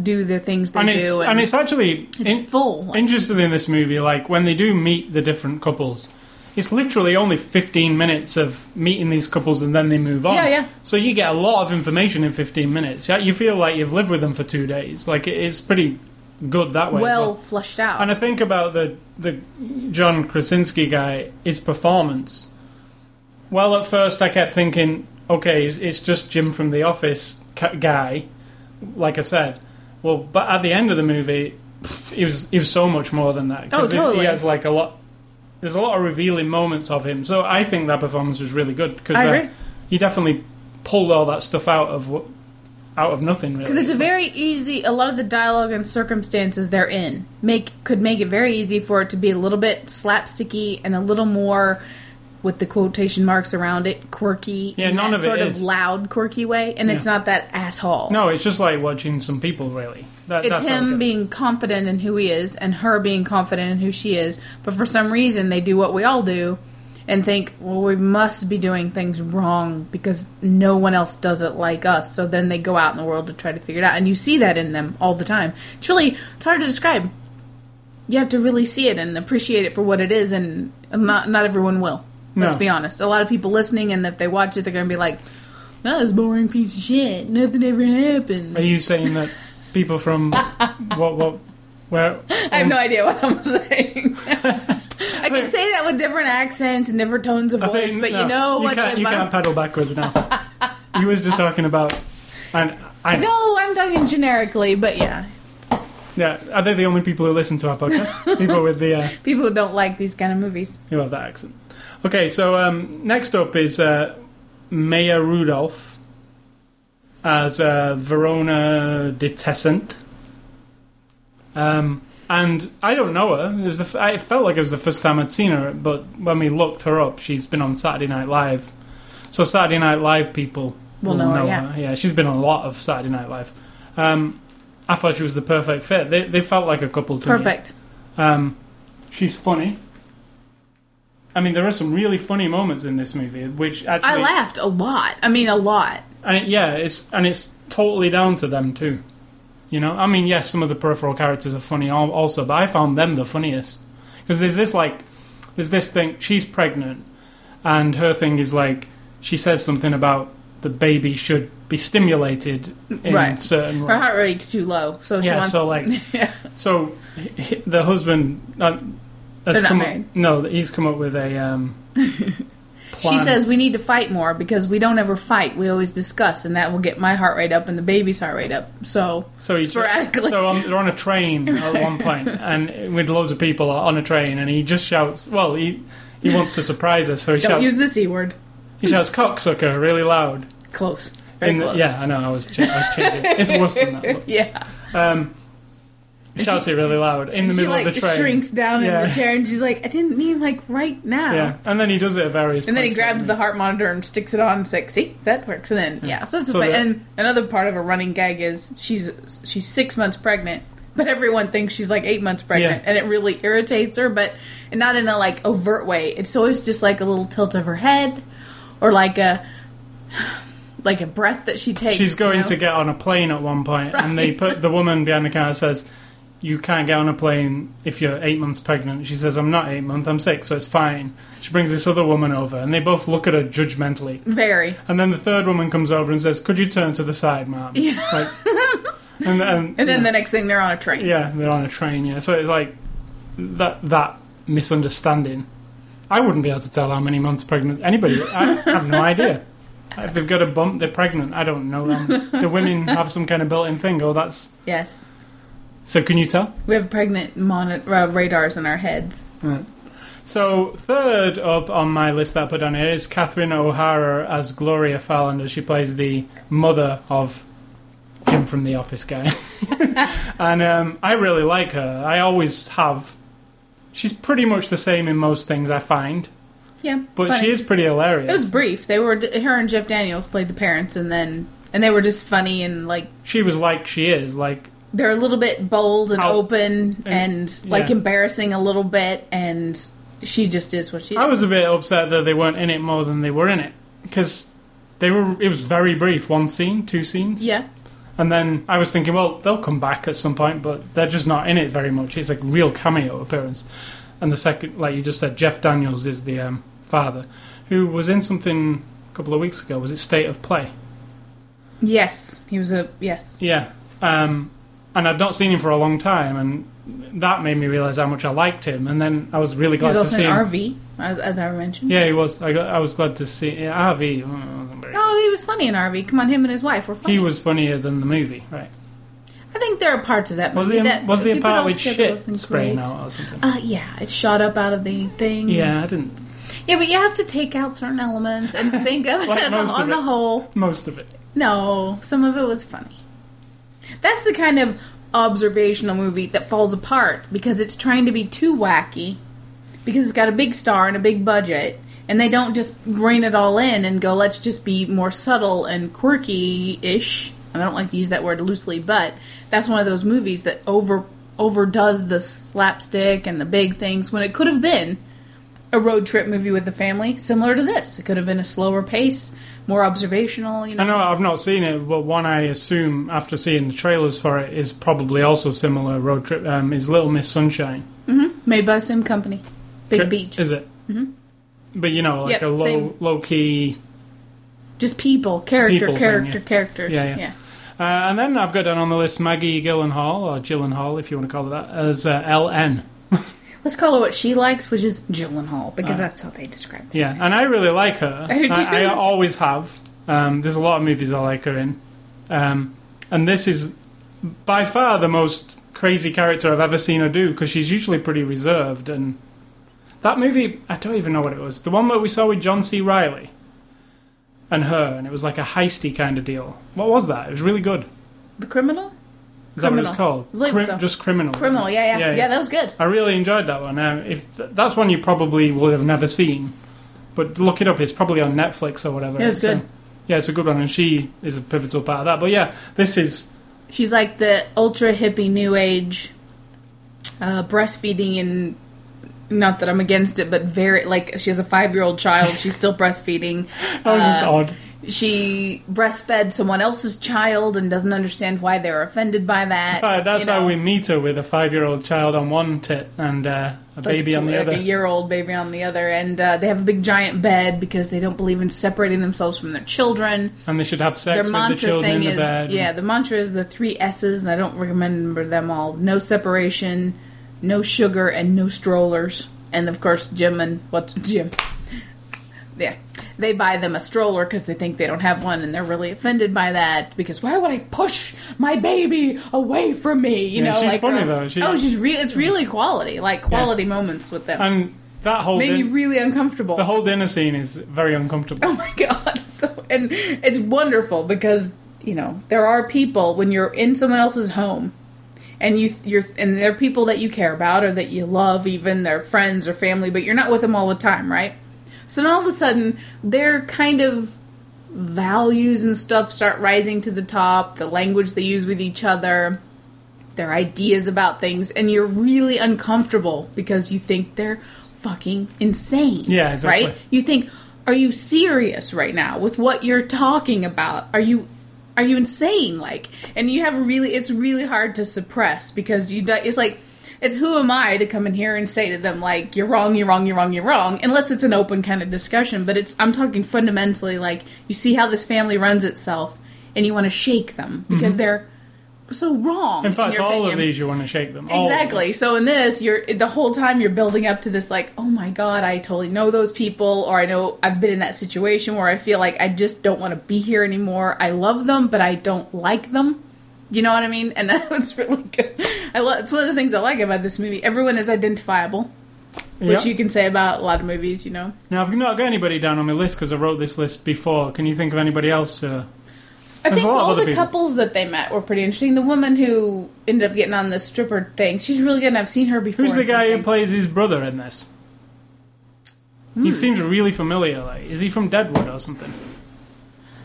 [SPEAKER 2] do the things they
[SPEAKER 1] and
[SPEAKER 2] do,
[SPEAKER 1] it's and it's actually
[SPEAKER 2] it's
[SPEAKER 1] in-
[SPEAKER 2] full. Like,
[SPEAKER 1] interested in this movie, like when they do meet the different couples, it's literally only 15 minutes of meeting these couples and then they move on.
[SPEAKER 2] Yeah, yeah.
[SPEAKER 1] So you get a lot of information in 15 minutes. Yeah, You feel like you've lived with them for two days. Like it- it's pretty good that way. as
[SPEAKER 2] well flushed out.
[SPEAKER 1] And I think about the the John Krasinski guy, his performance. Well, at first I kept thinking, okay, it's, it's just Jim from The Office ca- guy, like I said. Well, but at the end of the movie, pff, he was he was so much more than that. 'cause
[SPEAKER 2] Oh,
[SPEAKER 1] he-
[SPEAKER 2] totally.
[SPEAKER 1] He has like a lot. There's a lot of revealing moments of him, so I think that performance was really good because
[SPEAKER 2] I agree.
[SPEAKER 1] he definitely pulled all that stuff out of wh- out of nothing. Really,
[SPEAKER 2] Because it's a very easy. A lot of the dialogue and circumstances they're in make could make it very easy for it to be a little bit slapsticky and a little more, with the quotation marks around it, quirky.
[SPEAKER 1] Yeah,
[SPEAKER 2] in
[SPEAKER 1] none
[SPEAKER 2] that
[SPEAKER 1] of it
[SPEAKER 2] sort of
[SPEAKER 1] is.
[SPEAKER 2] loud, quirky way, and it's
[SPEAKER 1] Yeah.
[SPEAKER 2] not that at all.
[SPEAKER 1] no, it's just like watching some people. Really, that,
[SPEAKER 2] It's
[SPEAKER 1] that's how I look
[SPEAKER 2] him
[SPEAKER 1] at it.
[SPEAKER 2] being confident in who he is and her being confident in who she is, but for some reason they do what we all do and think, well, we must be doing things wrong because no one else does it like us. So then they go out in the world to try to figure it out. And you see that in them all the time. It's really it's hard to describe. You have to really see it and appreciate it for what it is, and not not everyone will. Let's
[SPEAKER 1] No.
[SPEAKER 2] be honest. A lot of people listening, and if they watch it, they're going to be like, "That was a boring piece of shit. Nothing ever happens."
[SPEAKER 1] Are you saying that people from what what where
[SPEAKER 2] I have no
[SPEAKER 1] Um,
[SPEAKER 2] idea what I'm saying. I can say that with different accents and different tones of
[SPEAKER 1] I
[SPEAKER 2] voice,
[SPEAKER 1] think-
[SPEAKER 2] but
[SPEAKER 1] no,
[SPEAKER 2] you know
[SPEAKER 1] you
[SPEAKER 2] what?
[SPEAKER 1] can't, you
[SPEAKER 2] the-
[SPEAKER 1] can't paddle backwards now. you was just talking about and I
[SPEAKER 2] no, I'm talking generically, but yeah,
[SPEAKER 1] yeah are they the only people who listen to our podcast? people with the uh,
[SPEAKER 2] people who don't like these kind of movies.
[SPEAKER 1] who have that accent. Okay, so um, next up is uh, Maya Rudolph as uh, Verona Detescent. Um, and I don't know her. It was the, f- I it felt like it was the first time I'd seen her, but when we looked her up, she's been on Saturday Night Live. So Saturday Night Live people
[SPEAKER 2] Will know her, yeah.
[SPEAKER 1] Yeah, she's been on a lot of Saturday Night Live. Um, I thought she was the perfect fit. They, they felt like a couple to me.
[SPEAKER 2] Perfect.
[SPEAKER 1] Um, she's funny. I mean, there are some really funny moments in this movie, which actually
[SPEAKER 2] I laughed a lot. I mean, a lot.
[SPEAKER 1] and it- yeah, it's and it's totally down to them too. You know, I mean, yes, some of the peripheral characters are funny al- also, but I found them the funniest because there's this like, there's this thing. She's pregnant, and her thing is like, she says something about the baby should be stimulated in
[SPEAKER 2] Right.
[SPEAKER 1] certain
[SPEAKER 2] Her
[SPEAKER 1] ways.
[SPEAKER 2] heart rate's too low, so she
[SPEAKER 1] Yeah,
[SPEAKER 2] wants.
[SPEAKER 1] so like,
[SPEAKER 2] yeah.
[SPEAKER 1] so h- h- the husband. Uh, has
[SPEAKER 2] They're not
[SPEAKER 1] come
[SPEAKER 2] married.
[SPEAKER 1] Up, no, he's come up with a. Um,
[SPEAKER 2] She
[SPEAKER 1] plan.
[SPEAKER 2] says we need to fight more because we don't ever fight. We always discuss, and that will get my heart rate up and the baby's heart rate up. So,
[SPEAKER 1] So he
[SPEAKER 2] Sporadically.
[SPEAKER 1] So on, they're on a train at one point, and with loads of people on a train, and he just shouts. Well, he he wants to surprise us, so he
[SPEAKER 2] don't
[SPEAKER 1] shouts.
[SPEAKER 2] use the c word.
[SPEAKER 1] he shouts cocksucker really loud.
[SPEAKER 2] Close. Very
[SPEAKER 1] In the-
[SPEAKER 2] close.
[SPEAKER 1] yeah, I know. I was ch- I was changing. it's worse than that. But,
[SPEAKER 2] Yeah.
[SPEAKER 1] um, he shouts it really loud in the
[SPEAKER 2] she
[SPEAKER 1] middle
[SPEAKER 2] like
[SPEAKER 1] of the train.
[SPEAKER 2] shrinks down in
[SPEAKER 1] Yeah.
[SPEAKER 2] the chair, and she's like, "I didn't mean like right now."
[SPEAKER 1] Yeah, and then he does it at various.
[SPEAKER 2] And then he
[SPEAKER 1] points,
[SPEAKER 2] grabs the
[SPEAKER 1] doesn't
[SPEAKER 2] heart monitor and sticks it on. It's like, see, that works. And then yeah, so that's
[SPEAKER 1] So
[SPEAKER 2] a
[SPEAKER 1] the-
[SPEAKER 2] and another part of a running gag is she's she's six months pregnant, but everyone thinks she's like eight months pregnant,
[SPEAKER 1] Yeah.
[SPEAKER 2] and it really irritates her, but and not in a like overt way. It's always just like a little tilt of her head, or like a like a breath that she takes.
[SPEAKER 1] She's going
[SPEAKER 2] you know?
[SPEAKER 1] to get on a plane at one point, and they
[SPEAKER 2] Right.
[SPEAKER 1] put the woman behind the counter says. You can't get on a plane if you're eight months pregnant. She says, I'm not eight months, I'm six, so it's fine. She brings this other woman over, and they both look at her judgmentally.
[SPEAKER 2] very.
[SPEAKER 1] And then the third woman comes over and says, Could you turn to the side, ma'am?
[SPEAKER 2] Yeah.
[SPEAKER 1] Like- and then,
[SPEAKER 2] And then the next thing they're on a train.
[SPEAKER 1] yeah, they're on a train, yeah. So it's like that, that misunderstanding. I wouldn't be able to tell how many months pregnant anybody. I have no idea. If they've got a bump, they're pregnant. I don't know. Um, the women have some kind of built-in thing. Oh, that's
[SPEAKER 2] Yes,
[SPEAKER 1] so. Can you tell?
[SPEAKER 2] we have pregnant monitor uh, radars in our heads.
[SPEAKER 1] So third up on my list that I put down here is Catherine O'Hara as Gloria Farlander. She plays the mother of Jim from The Office guy, and um, I really like her. I always have. She's pretty much the same in most things I find,
[SPEAKER 2] Yeah,
[SPEAKER 1] but
[SPEAKER 2] funny.
[SPEAKER 1] she is pretty hilarious.
[SPEAKER 2] It was brief. They were her and Jeff Daniels played the parents, and then and they were just funny and like
[SPEAKER 1] she was like she is, like
[SPEAKER 2] they're a little bit bold and
[SPEAKER 1] Out-
[SPEAKER 2] open and,
[SPEAKER 1] and-
[SPEAKER 2] like
[SPEAKER 1] yeah.
[SPEAKER 2] embarrassing a little bit, and she just is what she is.
[SPEAKER 1] I was a bit upset that they weren't in it more than they were in it because they were. It was very brief, one scene, two scenes,
[SPEAKER 2] yeah,
[SPEAKER 1] and then I was thinking, well, they'll come back at some point, but they're just not in it very much. It's like real cameo appearance. And the second, like you just said, Jeff Daniels is the um, father who was in something a couple of weeks ago. Was it State of Play?
[SPEAKER 2] yes, he was a yes.
[SPEAKER 1] Yeah. Um, and I'd not seen him for a long time, and that made me realize how much I liked him. And then I was really
[SPEAKER 2] He
[SPEAKER 1] glad
[SPEAKER 2] was
[SPEAKER 1] to
[SPEAKER 2] also
[SPEAKER 1] see
[SPEAKER 2] in
[SPEAKER 1] him.
[SPEAKER 2] RV, as, as I mentioned.
[SPEAKER 1] Yeah, he was. I, got, I was glad to see yeah, RV. mm, wasn't very-
[SPEAKER 2] No, he was funny in RV. Come on, him and his wife were funny.
[SPEAKER 1] He was funnier than the movie, right?
[SPEAKER 2] I think there are parts of that
[SPEAKER 1] Was
[SPEAKER 2] movie
[SPEAKER 1] the
[SPEAKER 2] that
[SPEAKER 1] was
[SPEAKER 2] if
[SPEAKER 1] the
[SPEAKER 2] you put it
[SPEAKER 1] part
[SPEAKER 2] all
[SPEAKER 1] with
[SPEAKER 2] together,
[SPEAKER 1] shit
[SPEAKER 2] wasn't
[SPEAKER 1] spraying
[SPEAKER 2] great.
[SPEAKER 1] out or something?
[SPEAKER 2] Uh, yeah, it shot up out of the thing.
[SPEAKER 1] Yeah, I didn't.
[SPEAKER 2] yeah, but you have to take out certain elements and think of
[SPEAKER 1] Like
[SPEAKER 2] it as
[SPEAKER 1] most
[SPEAKER 2] a-
[SPEAKER 1] of
[SPEAKER 2] on the
[SPEAKER 1] it.
[SPEAKER 2] whole.
[SPEAKER 1] Most of it.
[SPEAKER 2] No, some of it was funny. That's the kind of observational movie that falls apart because it's trying to be too wacky because it's got a big star and a big budget and they don't just rein it all in and go let's just be more subtle and quirky-ish. And I don't like to use that word loosely, but that's one of those movies that over overdoes the slapstick and the big things when it could have been a road trip movie with the family similar to this. It could have been a slower pace, more observational, you know.
[SPEAKER 1] I know I've not seen it, but one I assume after seeing the trailers for it is probably also similar. Road trip um, is Little Miss Sunshine.
[SPEAKER 2] Made by the same company. Big
[SPEAKER 1] Cor-
[SPEAKER 2] Beach.
[SPEAKER 1] is it? Mm-hmm. But you know, like
[SPEAKER 2] Yep,
[SPEAKER 1] a low
[SPEAKER 2] same.
[SPEAKER 1] low key.
[SPEAKER 2] Just people, character,
[SPEAKER 1] People thing,
[SPEAKER 2] character,
[SPEAKER 1] yeah.
[SPEAKER 2] characters.
[SPEAKER 1] Yeah,
[SPEAKER 2] Yeah,
[SPEAKER 1] yeah. Uh, and then I've got down on the list Maggie Gyllenhaal or Gyllenhaal, if you want to call it that, as uh, LN.
[SPEAKER 2] Let's call her what she likes, which is Gyllenhaal, because that's how they describe it.
[SPEAKER 1] Yeah, and I really like her.
[SPEAKER 2] I Oh, do.
[SPEAKER 1] I, I always have. Um, there's a lot of movies I like her in, um, and this is by far the most crazy character I've ever seen her do because she's usually pretty reserved. And that movie, I don't even know what it was. The one that we saw with John C. Riley and her, and it was like a heisty kind of deal. What was that? It was really good.
[SPEAKER 2] The criminal?
[SPEAKER 1] Is that what it's
[SPEAKER 2] Criminal.
[SPEAKER 1] called?
[SPEAKER 2] I believe so.
[SPEAKER 1] Just criminal. isn't
[SPEAKER 2] Criminal,
[SPEAKER 1] it?
[SPEAKER 2] yeah, yeah, yeah. that was good.
[SPEAKER 1] I really enjoyed that one. Um, if th- that's one you probably would have never seen, but look it up. It's probably on Netflix or whatever.
[SPEAKER 2] Yeah, it's
[SPEAKER 1] uh,
[SPEAKER 2] good.
[SPEAKER 1] yeah, it's a good one, and she is a pivotal part of that. But yeah, this is
[SPEAKER 2] She's like the ultra hippie new age uh, breastfeeding and not that I'm against it, but very like she has a five year old child, she's still breastfeeding.
[SPEAKER 1] that
[SPEAKER 2] Uh,
[SPEAKER 1] was just odd.
[SPEAKER 2] She breastfed someone else's child and doesn't understand why they're offended by that.
[SPEAKER 1] In fact, that's
[SPEAKER 2] uh, you know.
[SPEAKER 1] how we meet her with a five-year-old child on one tit and uh, a
[SPEAKER 2] Like
[SPEAKER 1] baby
[SPEAKER 2] a
[SPEAKER 1] on the
[SPEAKER 2] tw- like
[SPEAKER 1] other.
[SPEAKER 2] a year old baby on the other, and uh, they have a big giant bed because they don't believe in separating themselves from their children.
[SPEAKER 1] and they should have
[SPEAKER 2] Their
[SPEAKER 1] sex with the
[SPEAKER 2] mantra
[SPEAKER 1] children
[SPEAKER 2] thing
[SPEAKER 1] in the
[SPEAKER 2] is
[SPEAKER 1] bed. and-
[SPEAKER 2] yeah, the mantra is the three S's, and I don't remember them all: no separation, no sugar, and no strollers. And of course, Jim and what Jim? Yeah, they buy them a stroller because they think they don't have one, and they're really offended by that because why would I push my baby away from me? You
[SPEAKER 1] Yeah,
[SPEAKER 2] know,
[SPEAKER 1] she's
[SPEAKER 2] like,
[SPEAKER 1] funny,
[SPEAKER 2] um,
[SPEAKER 1] though. She-
[SPEAKER 2] oh, she's real. It's really quality, like quality moments with them.
[SPEAKER 1] And that whole
[SPEAKER 2] Made me
[SPEAKER 1] din-
[SPEAKER 2] really uncomfortable.
[SPEAKER 1] the whole dinner scene is very uncomfortable.
[SPEAKER 2] Oh my god! So and it's wonderful because you know there are people when you're in someone else's home, and you you're and they're people that you care about or that you love, even their friends or family, but you're not with them all the time, right? So now all of a sudden their kind of values and stuff start rising to the top. The language they use with each other, their ideas about things, and you're really uncomfortable because you think they're fucking insane.
[SPEAKER 1] Yeah, exactly.
[SPEAKER 2] Right? You think, are you serious right now with what you're talking about? Are you are you insane? Like, and you have really, it's really hard to suppress because you. do- It's like, it's who am I to come in here and say to them like, you're wrong, you're wrong, you're wrong, you're wrong, unless it's an open kind of discussion. But it's, I'm talking fundamentally like, you see how this family runs itself, and you want to shake them
[SPEAKER 1] Mm-hmm.
[SPEAKER 2] because they're so wrong.
[SPEAKER 1] In fact,
[SPEAKER 2] your
[SPEAKER 1] all of
[SPEAKER 2] opinion.
[SPEAKER 1] these you want to shake them. all of them.
[SPEAKER 2] Exactly. So in this, you're the whole time you're building up to this like, oh my god, I totally know those people, or I know I've been in that situation where I feel like I just don't want to be here anymore. I love them, but I don't like them. You know what I mean? And that was really good. I love. It's one of the things I like about this movie. Everyone is identifiable, which
[SPEAKER 1] Yeah.
[SPEAKER 2] you can say about a lot of movies. You know,
[SPEAKER 1] Now, I've not got anybody down on my list because I wrote this list before. Can you think of anybody else? Uh,
[SPEAKER 2] I
[SPEAKER 1] There's
[SPEAKER 2] think
[SPEAKER 1] a lot of
[SPEAKER 2] all
[SPEAKER 1] other
[SPEAKER 2] the
[SPEAKER 1] people.
[SPEAKER 2] couples that they met were pretty interesting. The woman who ended up getting on the stripper thing, she's really good. and I've seen her before.
[SPEAKER 1] who's the
[SPEAKER 2] in
[SPEAKER 1] guy who
[SPEAKER 2] something.
[SPEAKER 1] plays his brother in this? He seems really familiar. Like, is he from Deadwood or something?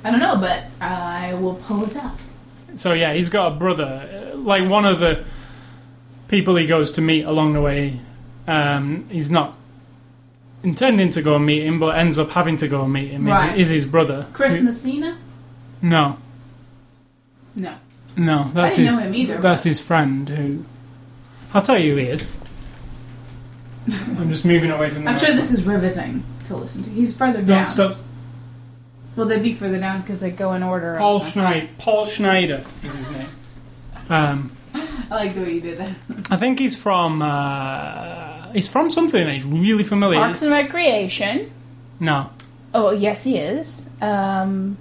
[SPEAKER 2] I don't know, but I will pull it up.
[SPEAKER 1] So yeah, he's got a brother. Uh, Like one of the people he goes to meet along the way. Um, he's not intending to go and meet him, but ends up having to go and meet him.
[SPEAKER 2] Right.
[SPEAKER 1] Is, is his brother?
[SPEAKER 2] Chris
[SPEAKER 1] Who-
[SPEAKER 2] Messina?
[SPEAKER 1] No,
[SPEAKER 2] No.
[SPEAKER 1] no. That's
[SPEAKER 2] didn't
[SPEAKER 1] his,
[SPEAKER 2] know him either,
[SPEAKER 1] That's
[SPEAKER 2] but-
[SPEAKER 1] his friend. Who? I'll tell you who he is. I'm just moving away from. The
[SPEAKER 2] I'm sure
[SPEAKER 1] microphone.
[SPEAKER 2] this is riveting to listen to. He's further
[SPEAKER 1] Don't
[SPEAKER 2] down.
[SPEAKER 1] stop.
[SPEAKER 2] Well, they'd be further down because they go in order.
[SPEAKER 1] Paul
[SPEAKER 2] of-
[SPEAKER 1] Schneider. Paul Schneider is his name. Um,
[SPEAKER 2] I like the way you did that.
[SPEAKER 1] I think he's from. Uh, he's from something that is really familiar.
[SPEAKER 2] Parks and Recreation.
[SPEAKER 1] No,
[SPEAKER 2] Oh, yes, he is. Um,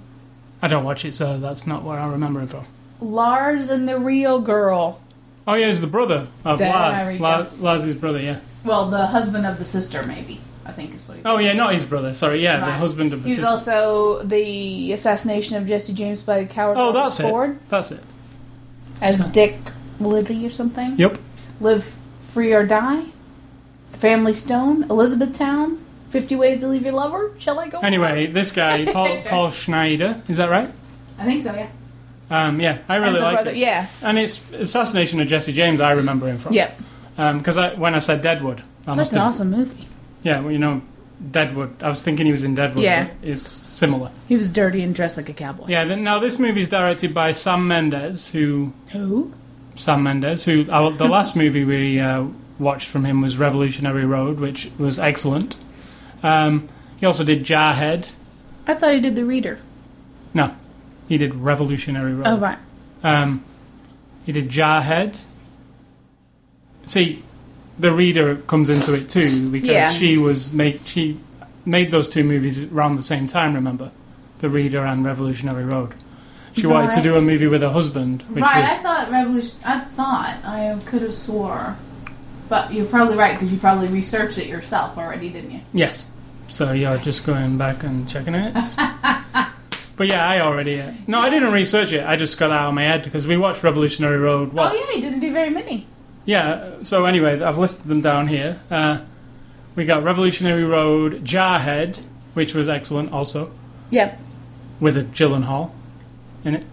[SPEAKER 1] I don't watch it, so that's not where I remember him from.
[SPEAKER 2] Lars and the Real Girl.
[SPEAKER 1] Oh yeah, he's the brother of
[SPEAKER 2] There
[SPEAKER 1] Lars.
[SPEAKER 2] we
[SPEAKER 1] La- Lars's brother, yeah.
[SPEAKER 2] Well, the husband of the sister, maybe. I think is what he
[SPEAKER 1] Oh yeah, not his brother. Sorry, yeah, the
[SPEAKER 2] Right.
[SPEAKER 1] husband of the
[SPEAKER 2] He was
[SPEAKER 1] sister.
[SPEAKER 2] also the assassination of Jesse James by the coward
[SPEAKER 1] Oh, that's
[SPEAKER 2] Ford
[SPEAKER 1] it. That's it.
[SPEAKER 2] as Dick Lidley or something.
[SPEAKER 1] Yep.
[SPEAKER 2] Live Free or Die, The Family Stone, Elizabethtown, 50 Ways to Leave Your Lover. Shall I go?
[SPEAKER 1] Anyway, this guy Paul, Paul Schneider, is that right?
[SPEAKER 2] I think so, yeah.
[SPEAKER 1] Um, yeah, I really like it.
[SPEAKER 2] Yeah.
[SPEAKER 1] And it's assassination of Jesse James. I remember him from.
[SPEAKER 2] Yep.
[SPEAKER 1] Because I, when I said Deadwood, I must
[SPEAKER 2] That's an
[SPEAKER 1] have-
[SPEAKER 2] awesome movie.
[SPEAKER 1] Yeah, well, you know, Deadwood. I was thinking he was in Deadwood.
[SPEAKER 2] Yeah.
[SPEAKER 1] but it's similar.
[SPEAKER 2] He was dirty and dressed like a cowboy.
[SPEAKER 1] Yeah. Then, now this movie's directed by Sam Mendes, who
[SPEAKER 2] Who?
[SPEAKER 1] Sam Mendes, who uh, the last movie we uh, watched from him was Revolutionary Road, which was excellent. Um, he also did Jarhead.
[SPEAKER 2] I thought he did The Reader.
[SPEAKER 1] No, he did Revolutionary Road.
[SPEAKER 2] Oh, right.
[SPEAKER 1] Um, he did Jarhead. See, the reader comes into it too because
[SPEAKER 2] Yeah.
[SPEAKER 1] she was make she made those two movies around the same time. Remember, the reader and Revolutionary Road. She wanted to
[SPEAKER 2] Right.
[SPEAKER 1] do a movie with her husband, which was
[SPEAKER 2] thought Revolution. I thought I could have swore. But you're probably right because you probably researched it yourself already, didn't you?
[SPEAKER 1] yes. So yeah, just going back and checking it. But yeah, I already. Uh, no, I didn't research it. I just got that out of my head because we watched Revolutionary Road. What?
[SPEAKER 2] Oh yeah, he didn't do very many.
[SPEAKER 1] Yeah, so anyway, I've listed them down here. Uh, we got Revolutionary Road, Jarhead, which was excellent also,
[SPEAKER 2] Yep.
[SPEAKER 1] with a Gyllenhaal in it.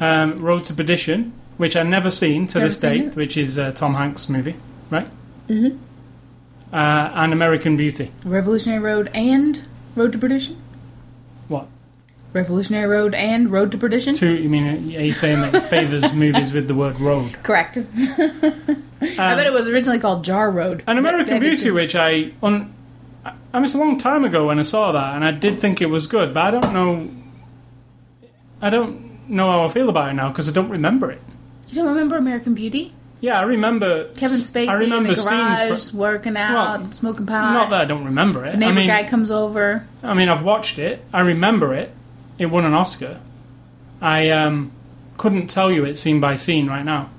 [SPEAKER 1] Um, Road to Perdition, which I've never seen to
[SPEAKER 2] Never
[SPEAKER 1] this
[SPEAKER 2] seen
[SPEAKER 1] date,
[SPEAKER 2] it.
[SPEAKER 1] which is uh, Tom Hanks' movie, right? Mm-hmm. Uh, and American Beauty.
[SPEAKER 2] Revolutionary Road and Road to Perdition.
[SPEAKER 1] What?
[SPEAKER 2] Revolutionary Road and Road to Perdition.
[SPEAKER 1] Two, you mean, are you saying that it favours movies with the word road?
[SPEAKER 2] Correct. I bet it was originally called Jar Road.
[SPEAKER 1] Um, An American
[SPEAKER 2] That- that
[SPEAKER 1] Beauty,
[SPEAKER 2] could-
[SPEAKER 1] which I on, I mean, it's a long time ago when I saw that, and I did think it was good, but I don't know. I don't know how I feel about it now because I don't remember it.
[SPEAKER 2] You don't remember American Beauty?
[SPEAKER 1] Yeah, I remember
[SPEAKER 2] Kevin Spacey
[SPEAKER 1] I remember
[SPEAKER 2] in the garage
[SPEAKER 1] scenes. From,
[SPEAKER 2] working out,
[SPEAKER 1] Well,
[SPEAKER 2] smoking pot.
[SPEAKER 1] not that I don't remember it.
[SPEAKER 2] The neighbor
[SPEAKER 1] I mean,
[SPEAKER 2] guy comes over.
[SPEAKER 1] I mean, I've watched it. I remember it. It won an Oscar. I um, couldn't tell you it scene by scene right now.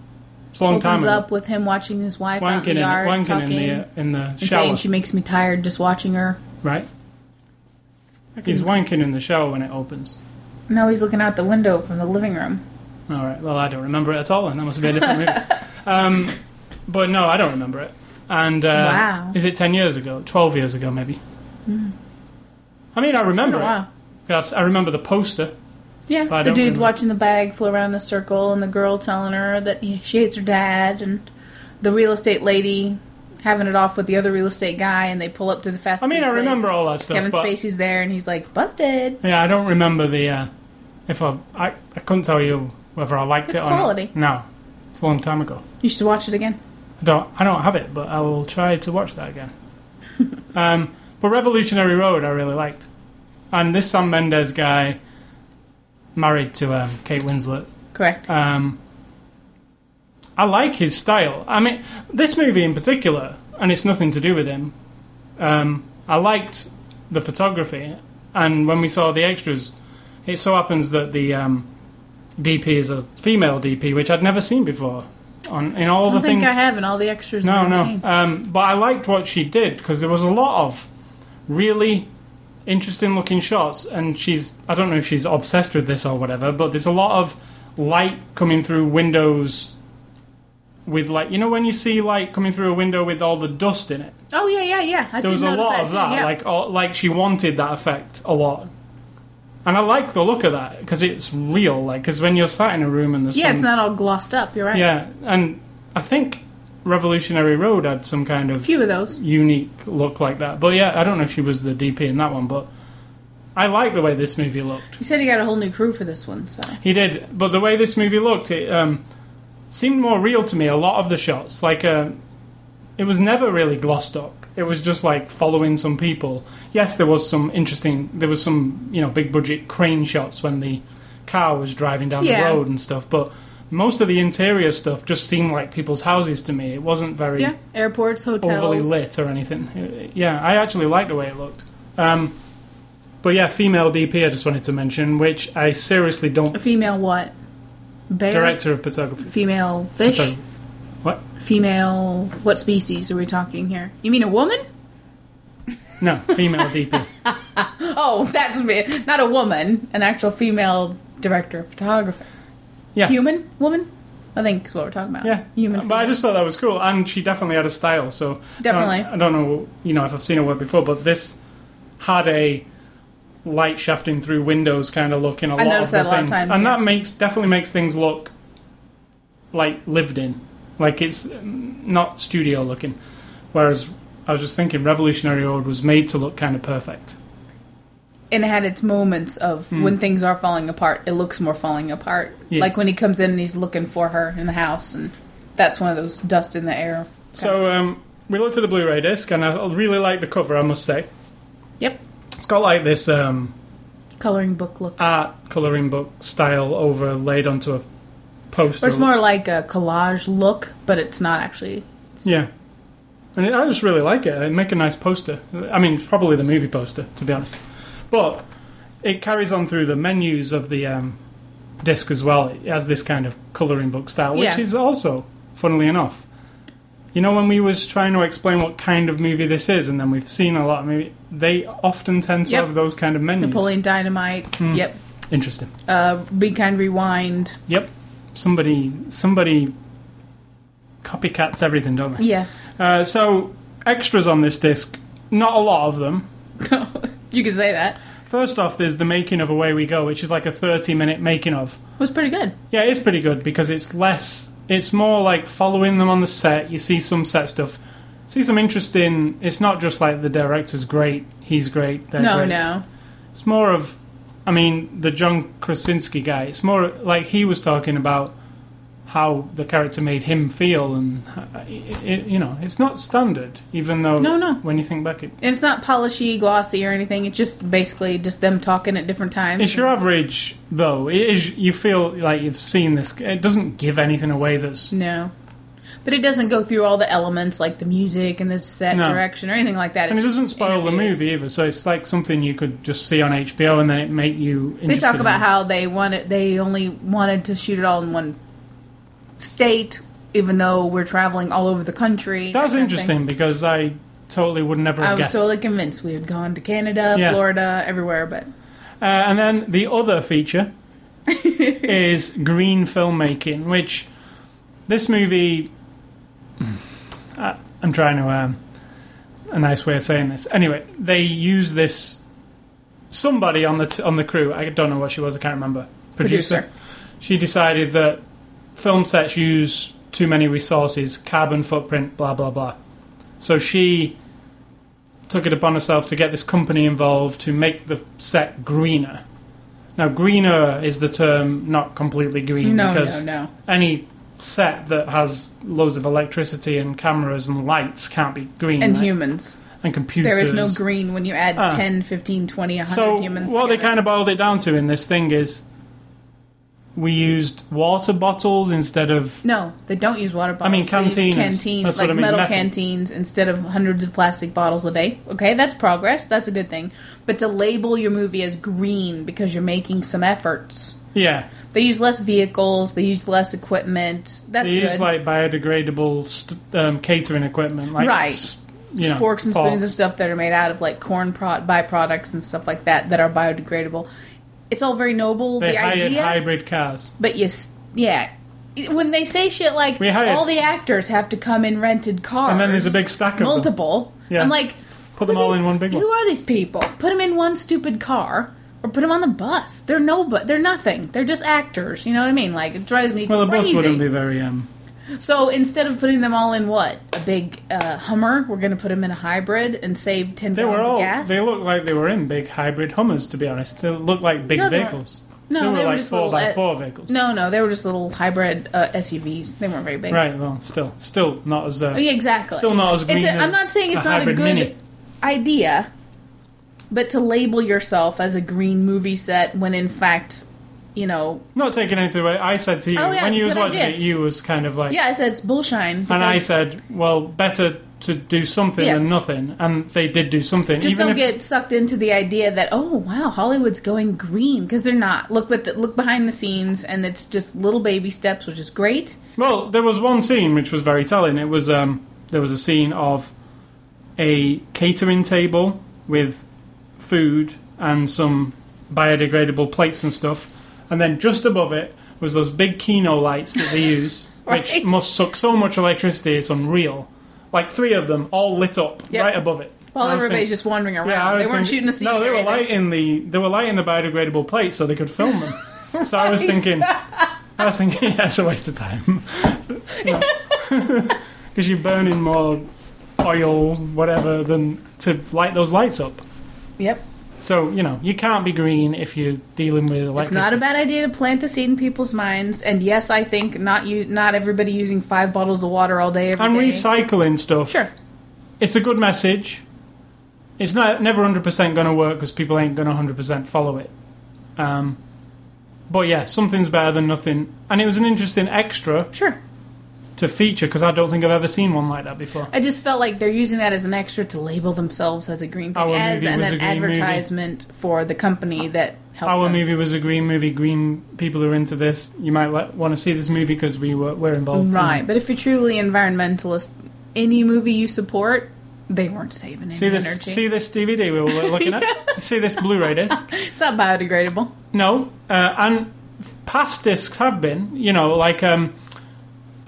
[SPEAKER 1] It's a long
[SPEAKER 2] opens
[SPEAKER 1] time ago.
[SPEAKER 2] up with him watching his wife out in
[SPEAKER 1] wanking in,
[SPEAKER 2] the yard,
[SPEAKER 1] wanking in
[SPEAKER 2] talking,
[SPEAKER 1] the in the
[SPEAKER 2] and
[SPEAKER 1] shower.
[SPEAKER 2] saying she makes me tired just watching her.
[SPEAKER 1] Right. He's wanking in the shower when it opens.
[SPEAKER 2] No, he's looking out the window from the living room.
[SPEAKER 1] All right. Well, I don't remember it at all, and that must be a different movie. Um, but no, I don't remember it. And uh,
[SPEAKER 2] Wow. Hmm.
[SPEAKER 1] is it ten years ago? Twelve years ago, maybe. I mean, I remember
[SPEAKER 2] Oh,
[SPEAKER 1] it.
[SPEAKER 2] wow.
[SPEAKER 1] 'Cause I remember the poster.
[SPEAKER 2] Yeah,
[SPEAKER 1] I don't
[SPEAKER 2] the dude
[SPEAKER 1] remember.
[SPEAKER 2] watching the bag flow around in a circle, and the girl telling her that he- she hates her dad, and the real estate lady having it off with the other real estate guy, and they pull up to the fast.
[SPEAKER 1] I mean,
[SPEAKER 2] food
[SPEAKER 1] I
[SPEAKER 2] place.
[SPEAKER 1] remember all that stuff.
[SPEAKER 2] Kevin
[SPEAKER 1] but
[SPEAKER 2] Spacey's there, and he's like busted.
[SPEAKER 1] Yeah, I don't remember the. Uh, if I, I, I couldn't tell you whether I liked
[SPEAKER 2] It's
[SPEAKER 1] it or
[SPEAKER 2] quality.
[SPEAKER 1] not. No, it's a long time ago.
[SPEAKER 2] You should watch it again.
[SPEAKER 1] I don't, I don't have it, but I will try to watch that again. um, but Revolutionary Road, I really liked, and this Sam Mendes guy, married to um, Kate Winslet.
[SPEAKER 2] Correct.
[SPEAKER 1] Um, I like his style. I mean, this movie in particular, and it's nothing to do with him. Um, I liked the photography, and when we saw the extras, it so happens that the um, DP is a female DP, which I'd never seen before. On in all
[SPEAKER 2] I don't
[SPEAKER 1] the
[SPEAKER 2] think
[SPEAKER 1] things
[SPEAKER 2] I have, and all the extras.
[SPEAKER 1] no,
[SPEAKER 2] I've never
[SPEAKER 1] no.
[SPEAKER 2] Seen.
[SPEAKER 1] Um, but I liked what she did because there was a lot of really interesting looking shots, and she's I don't know if she's obsessed with this or whatever, but there's a lot of light coming through windows with like you know when you see light coming through a window with all the dust in it.
[SPEAKER 2] Oh yeah, yeah, yeah. I
[SPEAKER 1] There
[SPEAKER 2] did
[SPEAKER 1] was a
[SPEAKER 2] notice
[SPEAKER 1] lot
[SPEAKER 2] that,
[SPEAKER 1] of
[SPEAKER 2] too,
[SPEAKER 1] that,
[SPEAKER 2] yeah.
[SPEAKER 1] like all, like she wanted that effect a lot. And I like the look of that because it's real. Like, because when you're sat in a room and the
[SPEAKER 2] yeah,
[SPEAKER 1] sun
[SPEAKER 2] it's not all glossed up. You're right.
[SPEAKER 1] yeah, and I think Revolutionary Road had some kind
[SPEAKER 2] A
[SPEAKER 1] of
[SPEAKER 2] few of those.
[SPEAKER 1] unique look like that. But yeah, I don't know if she was the DP in that one, but I like the way this movie looked.
[SPEAKER 2] He said he got a whole new crew for this one, so
[SPEAKER 1] He did, but the way this movie looked, it um, seemed more real to me. A lot of the shots, like uh, it was never really glossed up. It was just like following some people. Yes, there was some interesting. There was some you know big budget crane shots when the car was driving down
[SPEAKER 2] Yeah.
[SPEAKER 1] the road and stuff, but. Most of the interior stuff just seemed like people's houses to me. It wasn't very
[SPEAKER 2] yeah. Airports, hotels.
[SPEAKER 1] overly lit or anything. Uh, Yeah, I actually liked the way it looked. Um, but yeah, female DP. I just wanted to mention, which I seriously
[SPEAKER 2] A
[SPEAKER 1] don't.
[SPEAKER 2] female what? Bear.
[SPEAKER 1] Director of photography.
[SPEAKER 2] Female fish.
[SPEAKER 1] Sorry, what?
[SPEAKER 2] Female. What species are we talking here? You mean a woman?
[SPEAKER 1] No, female DP.
[SPEAKER 2] Oh, that's me. Not a woman. An actual female director of photography.
[SPEAKER 1] Yeah.
[SPEAKER 2] Human woman. I think is what we're talking about.
[SPEAKER 1] Yeah,
[SPEAKER 2] Human.
[SPEAKER 1] But I
[SPEAKER 2] female.
[SPEAKER 1] just thought that was cool, and she definitely had a style. So I don't-
[SPEAKER 2] Definitely.
[SPEAKER 1] I don't know, you know, if I've seen her work before, but this had a light shafting through windows kind of look in a lot
[SPEAKER 2] noticed
[SPEAKER 1] of the
[SPEAKER 2] that a lot of
[SPEAKER 1] things,
[SPEAKER 2] times,
[SPEAKER 1] and
[SPEAKER 2] yeah.
[SPEAKER 1] that makes definitely makes things look like lived in, like it's mm, not studio looking. Whereas I was just thinking, Revolutionary Road was made to look kind of perfect.
[SPEAKER 2] and it had its moments of when things are falling apart. It looks more falling apart.
[SPEAKER 1] Hmm. Yeah.
[SPEAKER 2] Like when he comes in and he's looking for her in the house, and that's one of those dust in the air.
[SPEAKER 1] So um, we looked at the Blu-ray disc, and I really like the cover. I must say,
[SPEAKER 2] Yep.
[SPEAKER 1] it's got like this. Um,
[SPEAKER 2] Coloring book look.
[SPEAKER 1] art coloring book style overlaid onto a poster.
[SPEAKER 2] Or it's more like a collage look, but it's not actually.
[SPEAKER 1] yeah. And I just really like it. It'd make a nice poster. I mean, it's probably the movie poster, to be honest. But it carries on through the menus of the um, disc as well. It has this kind of coloring book style, which
[SPEAKER 2] Yeah.
[SPEAKER 1] is also, funnily enough, you know, when we was trying to explain what kind of movie this is, and then we've seen a lot of movie, they often tend to
[SPEAKER 2] Yep.
[SPEAKER 1] Hmm. have those kind of menus. Hmm.
[SPEAKER 2] Napoleon Dynamite. Yep.
[SPEAKER 1] Interesting.
[SPEAKER 2] Uh, Be Kind Rewind.
[SPEAKER 1] Yep. Somebody somebody copycats everything, don't they?
[SPEAKER 2] Yeah.
[SPEAKER 1] Uh, so extras on this disc, not a lot of them.
[SPEAKER 2] you can say that.
[SPEAKER 1] First off, there's the making of Away We Go, which is like a 30 minute making of.
[SPEAKER 2] It was pretty good.
[SPEAKER 1] Yeah, it's pretty good because it's less. It's more like following them on the set. You see some set stuff, see some interesting. It's not just like the director's great, he's great. They're
[SPEAKER 2] no,
[SPEAKER 1] great.
[SPEAKER 2] no.
[SPEAKER 1] It's more of, I mean, the John Krasinski guy. It's more like he was talking about how the character made him feel, and uh, it, it, you know, it's not standard. Even though,
[SPEAKER 2] No, no.
[SPEAKER 1] when you think back, it,
[SPEAKER 2] And it's not polishy, glossy, or anything. It's just basically just them talking at different times.
[SPEAKER 1] It's your average, though. It is. You feel like you've seen this. It doesn't give anything away. That's
[SPEAKER 2] No. But it doesn't go through all the elements like the music and the set
[SPEAKER 1] No.
[SPEAKER 2] direction or anything like that.
[SPEAKER 1] and it
[SPEAKER 2] It's
[SPEAKER 1] doesn't
[SPEAKER 2] just
[SPEAKER 1] spoil the
[SPEAKER 2] interviews.
[SPEAKER 1] movie either. So it's like something you could just see on HBO, and then it make you.
[SPEAKER 2] They
[SPEAKER 1] interested
[SPEAKER 2] talk
[SPEAKER 1] in
[SPEAKER 2] about
[SPEAKER 1] it.
[SPEAKER 2] how they wanted they only wanted to shoot it all in one state, even though we're traveling all over the country.
[SPEAKER 1] that's
[SPEAKER 2] kind of thing.
[SPEAKER 1] interesting because I totally would never
[SPEAKER 2] I
[SPEAKER 1] have
[SPEAKER 2] was
[SPEAKER 1] guessed.
[SPEAKER 2] totally convinced we had gone to Canada,
[SPEAKER 1] Yeah.
[SPEAKER 2] Florida, everywhere, but
[SPEAKER 1] Uh, and then the other feature is green filmmaking, which this movie. I, I'm trying to. Um, a nice way of saying this. Anyway, they use this. Somebody on the t- on the crew, I don't know what she was, I can't remember.
[SPEAKER 2] Producer.
[SPEAKER 1] She decided that film sets use too many resources, carbon footprint, blah blah blah. So she took it upon herself to get this company involved to make the set greener. Now, greener is the term, not completely green,
[SPEAKER 2] no,
[SPEAKER 1] because
[SPEAKER 2] no, no.
[SPEAKER 1] any set that has loads of electricity and cameras and lights can't be green.
[SPEAKER 2] And
[SPEAKER 1] right?
[SPEAKER 2] humans.
[SPEAKER 1] and computers.
[SPEAKER 2] There is no green when you add
[SPEAKER 1] Ah.
[SPEAKER 2] ten, fifteen, twenty, a 10, 15, 20, 100
[SPEAKER 1] So,
[SPEAKER 2] humans.
[SPEAKER 1] what they
[SPEAKER 2] together.
[SPEAKER 1] kind of boiled it down to in this thing is we used water bottles instead of.
[SPEAKER 2] No, they don't use water bottles.
[SPEAKER 1] mean,
[SPEAKER 2] They use
[SPEAKER 1] canteens.
[SPEAKER 2] canteens,
[SPEAKER 1] That's
[SPEAKER 2] like
[SPEAKER 1] what I mean,
[SPEAKER 2] metal
[SPEAKER 1] metal.
[SPEAKER 2] canteens, instead of hundreds of plastic bottles a day. Okay, that's progress. That's a good thing. But to label your movie as green because you're making some efforts.
[SPEAKER 1] Yeah.
[SPEAKER 2] They use less vehicles. They use less equipment. That's
[SPEAKER 1] they
[SPEAKER 2] good.
[SPEAKER 1] use like biodegradable st- um, catering equipment. Like,
[SPEAKER 2] Right.
[SPEAKER 1] s- You know,
[SPEAKER 2] forks and spoons and stuff that are made out of like corn pro- byproducts and stuff like that that are biodegradable. It's all very noble.
[SPEAKER 1] They
[SPEAKER 2] the
[SPEAKER 1] hired
[SPEAKER 2] idea,
[SPEAKER 1] hybrid cars.
[SPEAKER 2] But you, s- yeah. When they say shit like
[SPEAKER 1] We hired-
[SPEAKER 2] all the actors have to come in rented cars,
[SPEAKER 1] And then there's a big stack of them.
[SPEAKER 2] multiple.
[SPEAKER 1] Yeah.
[SPEAKER 2] I'm like,
[SPEAKER 1] Put them
[SPEAKER 2] who are
[SPEAKER 1] all
[SPEAKER 2] these-
[SPEAKER 1] in one big
[SPEAKER 2] Who
[SPEAKER 1] one.
[SPEAKER 2] are these people? Put them in one stupid car, or put them on the bus. They're no, but they're nothing. They're just actors. You know what I mean? Like it drives me
[SPEAKER 1] Well, the
[SPEAKER 2] crazy.
[SPEAKER 1] bus wouldn't be very. Um,
[SPEAKER 2] So instead of putting them all in what a big uh, Hummer, we're going to put them in a hybrid and save ten
[SPEAKER 1] They were
[SPEAKER 2] gallons
[SPEAKER 1] all.
[SPEAKER 2] of gas.
[SPEAKER 1] They looked like they were in big hybrid Hummers. To be honest, they looked like big
[SPEAKER 2] No, they weren't.
[SPEAKER 1] vehicles.
[SPEAKER 2] No,
[SPEAKER 1] they were
[SPEAKER 2] they were
[SPEAKER 1] like
[SPEAKER 2] just
[SPEAKER 1] four
[SPEAKER 2] little,
[SPEAKER 1] by
[SPEAKER 2] uh,
[SPEAKER 1] four vehicles.
[SPEAKER 2] no, no, they were just little hybrid uh, SUVs. They weren't very big.
[SPEAKER 1] Right. Well, still, still not as. Uh,
[SPEAKER 2] Oh, yeah, exactly.
[SPEAKER 1] Still not as green
[SPEAKER 2] It's a,
[SPEAKER 1] as
[SPEAKER 2] I'm not saying it's
[SPEAKER 1] a
[SPEAKER 2] not a
[SPEAKER 1] hybrid
[SPEAKER 2] good
[SPEAKER 1] Mini.
[SPEAKER 2] idea, but to label yourself as a green movie set when in fact, you know,
[SPEAKER 1] Not taking anything away. I said to you
[SPEAKER 2] Oh, yeah,
[SPEAKER 1] when
[SPEAKER 2] it's a
[SPEAKER 1] you was
[SPEAKER 2] good
[SPEAKER 1] watching
[SPEAKER 2] idea.
[SPEAKER 1] it, you was kind of like,
[SPEAKER 2] yeah, I said it's bullshine.
[SPEAKER 1] and I
[SPEAKER 2] because
[SPEAKER 1] said, well, better to do something
[SPEAKER 2] Yes.
[SPEAKER 1] than nothing, and they did do something.
[SPEAKER 2] Just
[SPEAKER 1] even
[SPEAKER 2] don't
[SPEAKER 1] if,
[SPEAKER 2] get sucked into the idea that oh wow Hollywood's going green because they're not. Look with the, look behind the scenes and it's just little baby steps, which is great.
[SPEAKER 1] Well, there was one scene which was very telling. It was um, there was a scene of a catering table with food and some biodegradable plates and stuff, and then just above it was those big Kino lights that they use,
[SPEAKER 2] Right.
[SPEAKER 1] which must suck so much electricity it's unreal. Like three of them all lit up
[SPEAKER 2] Yep.
[SPEAKER 1] right above it.
[SPEAKER 2] While
[SPEAKER 1] And I was
[SPEAKER 2] everybody's
[SPEAKER 1] thinking-
[SPEAKER 2] just wandering around,
[SPEAKER 1] yeah, I
[SPEAKER 2] they
[SPEAKER 1] was
[SPEAKER 2] weren't shooting
[SPEAKER 1] thinking-
[SPEAKER 2] a scene.
[SPEAKER 1] No, they
[SPEAKER 2] or
[SPEAKER 1] were
[SPEAKER 2] anything.
[SPEAKER 1] lighting the they were lighting the biodegradable plates so they could film them. So I was thinking, I was thinking, yeah, it's a waste of time because you're burning more oil, whatever, than to light those lights up.
[SPEAKER 2] Yep.
[SPEAKER 1] So you know you can't be green if you're dealing with electricity.
[SPEAKER 2] It's not a bad idea to plant the seed in people's minds. And yes, I think not you, not everybody using five bottles of water all day every
[SPEAKER 1] and
[SPEAKER 2] day.
[SPEAKER 1] recycling stuff.
[SPEAKER 2] Sure.
[SPEAKER 1] it's a good message. It's not never hundred percent going to work because people ain't going to hundred percent follow it. Um, but yeah, something's better than nothing. And it was an interesting extra
[SPEAKER 2] Sure.
[SPEAKER 1] to feature because I don't think I've ever seen one like that before.
[SPEAKER 2] I just felt like they're using that as an extra to label themselves as a green thing,
[SPEAKER 1] Our
[SPEAKER 2] as
[SPEAKER 1] movie
[SPEAKER 2] an,
[SPEAKER 1] was
[SPEAKER 2] an
[SPEAKER 1] a green movie.
[SPEAKER 2] advertisement for the company that helped
[SPEAKER 1] Our
[SPEAKER 2] them.
[SPEAKER 1] movie was a green movie. Green people are into this. You might like, want to see this movie because we were we're involved.
[SPEAKER 2] Right, but if you're truly environmentalist, any movie you support, they weren't saving any
[SPEAKER 1] See this,
[SPEAKER 2] energy.
[SPEAKER 1] see this DVD we were looking at. See this Blu-ray disc.
[SPEAKER 2] It's not biodegradable.
[SPEAKER 1] No, uh, and past discs have been, you know, like um,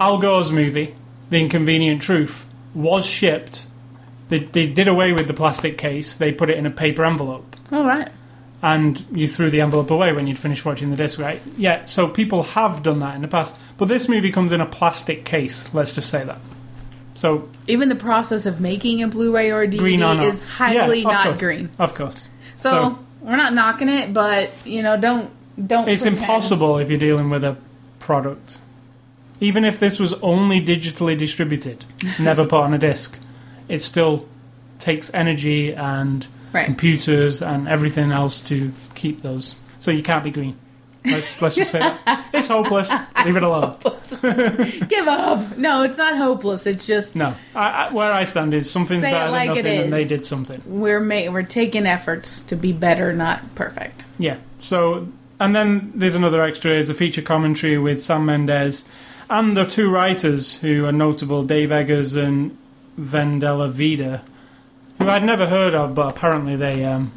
[SPEAKER 1] Al Gore's movie, The Inconvenient Truth, was shipped. They, they did away with the plastic case. They put it in a paper envelope,
[SPEAKER 2] All right.
[SPEAKER 1] and you threw the envelope away when you'd finished watching the disc, right? Yeah. So people have done that in the past, but this movie comes in a plastic case. Let's just say that. So
[SPEAKER 2] Even the process of making a Blu-ray or a DVD
[SPEAKER 1] green on
[SPEAKER 2] is highly not green.
[SPEAKER 1] Of course.
[SPEAKER 2] So, we're not knocking it, but you know, don't don't.
[SPEAKER 1] It's
[SPEAKER 2] pretend.
[SPEAKER 1] impossible if you're dealing with a product. Even if this was only digitally distributed, never put on a disc, it still takes energy and
[SPEAKER 2] right?
[SPEAKER 1] computers and everything else to keep those. So you can't be green. Let's let's just say that. it's hopeless. Leave it alone.
[SPEAKER 2] Give up. No, it's not hopeless. It's just
[SPEAKER 1] No, I, I, where I stand is something's
[SPEAKER 2] Say it
[SPEAKER 1] better
[SPEAKER 2] like
[SPEAKER 1] than
[SPEAKER 2] it
[SPEAKER 1] nothing, and they
[SPEAKER 2] is.
[SPEAKER 1] did something.
[SPEAKER 2] we're ma- we're taking efforts to be better, not perfect.
[SPEAKER 1] Yeah. So, and then there's another extra is a feature commentary with Sam Mendes and the two writers who are notable, Dave Eggers and Vendela Vida, who I'd never heard of, but apparently they um,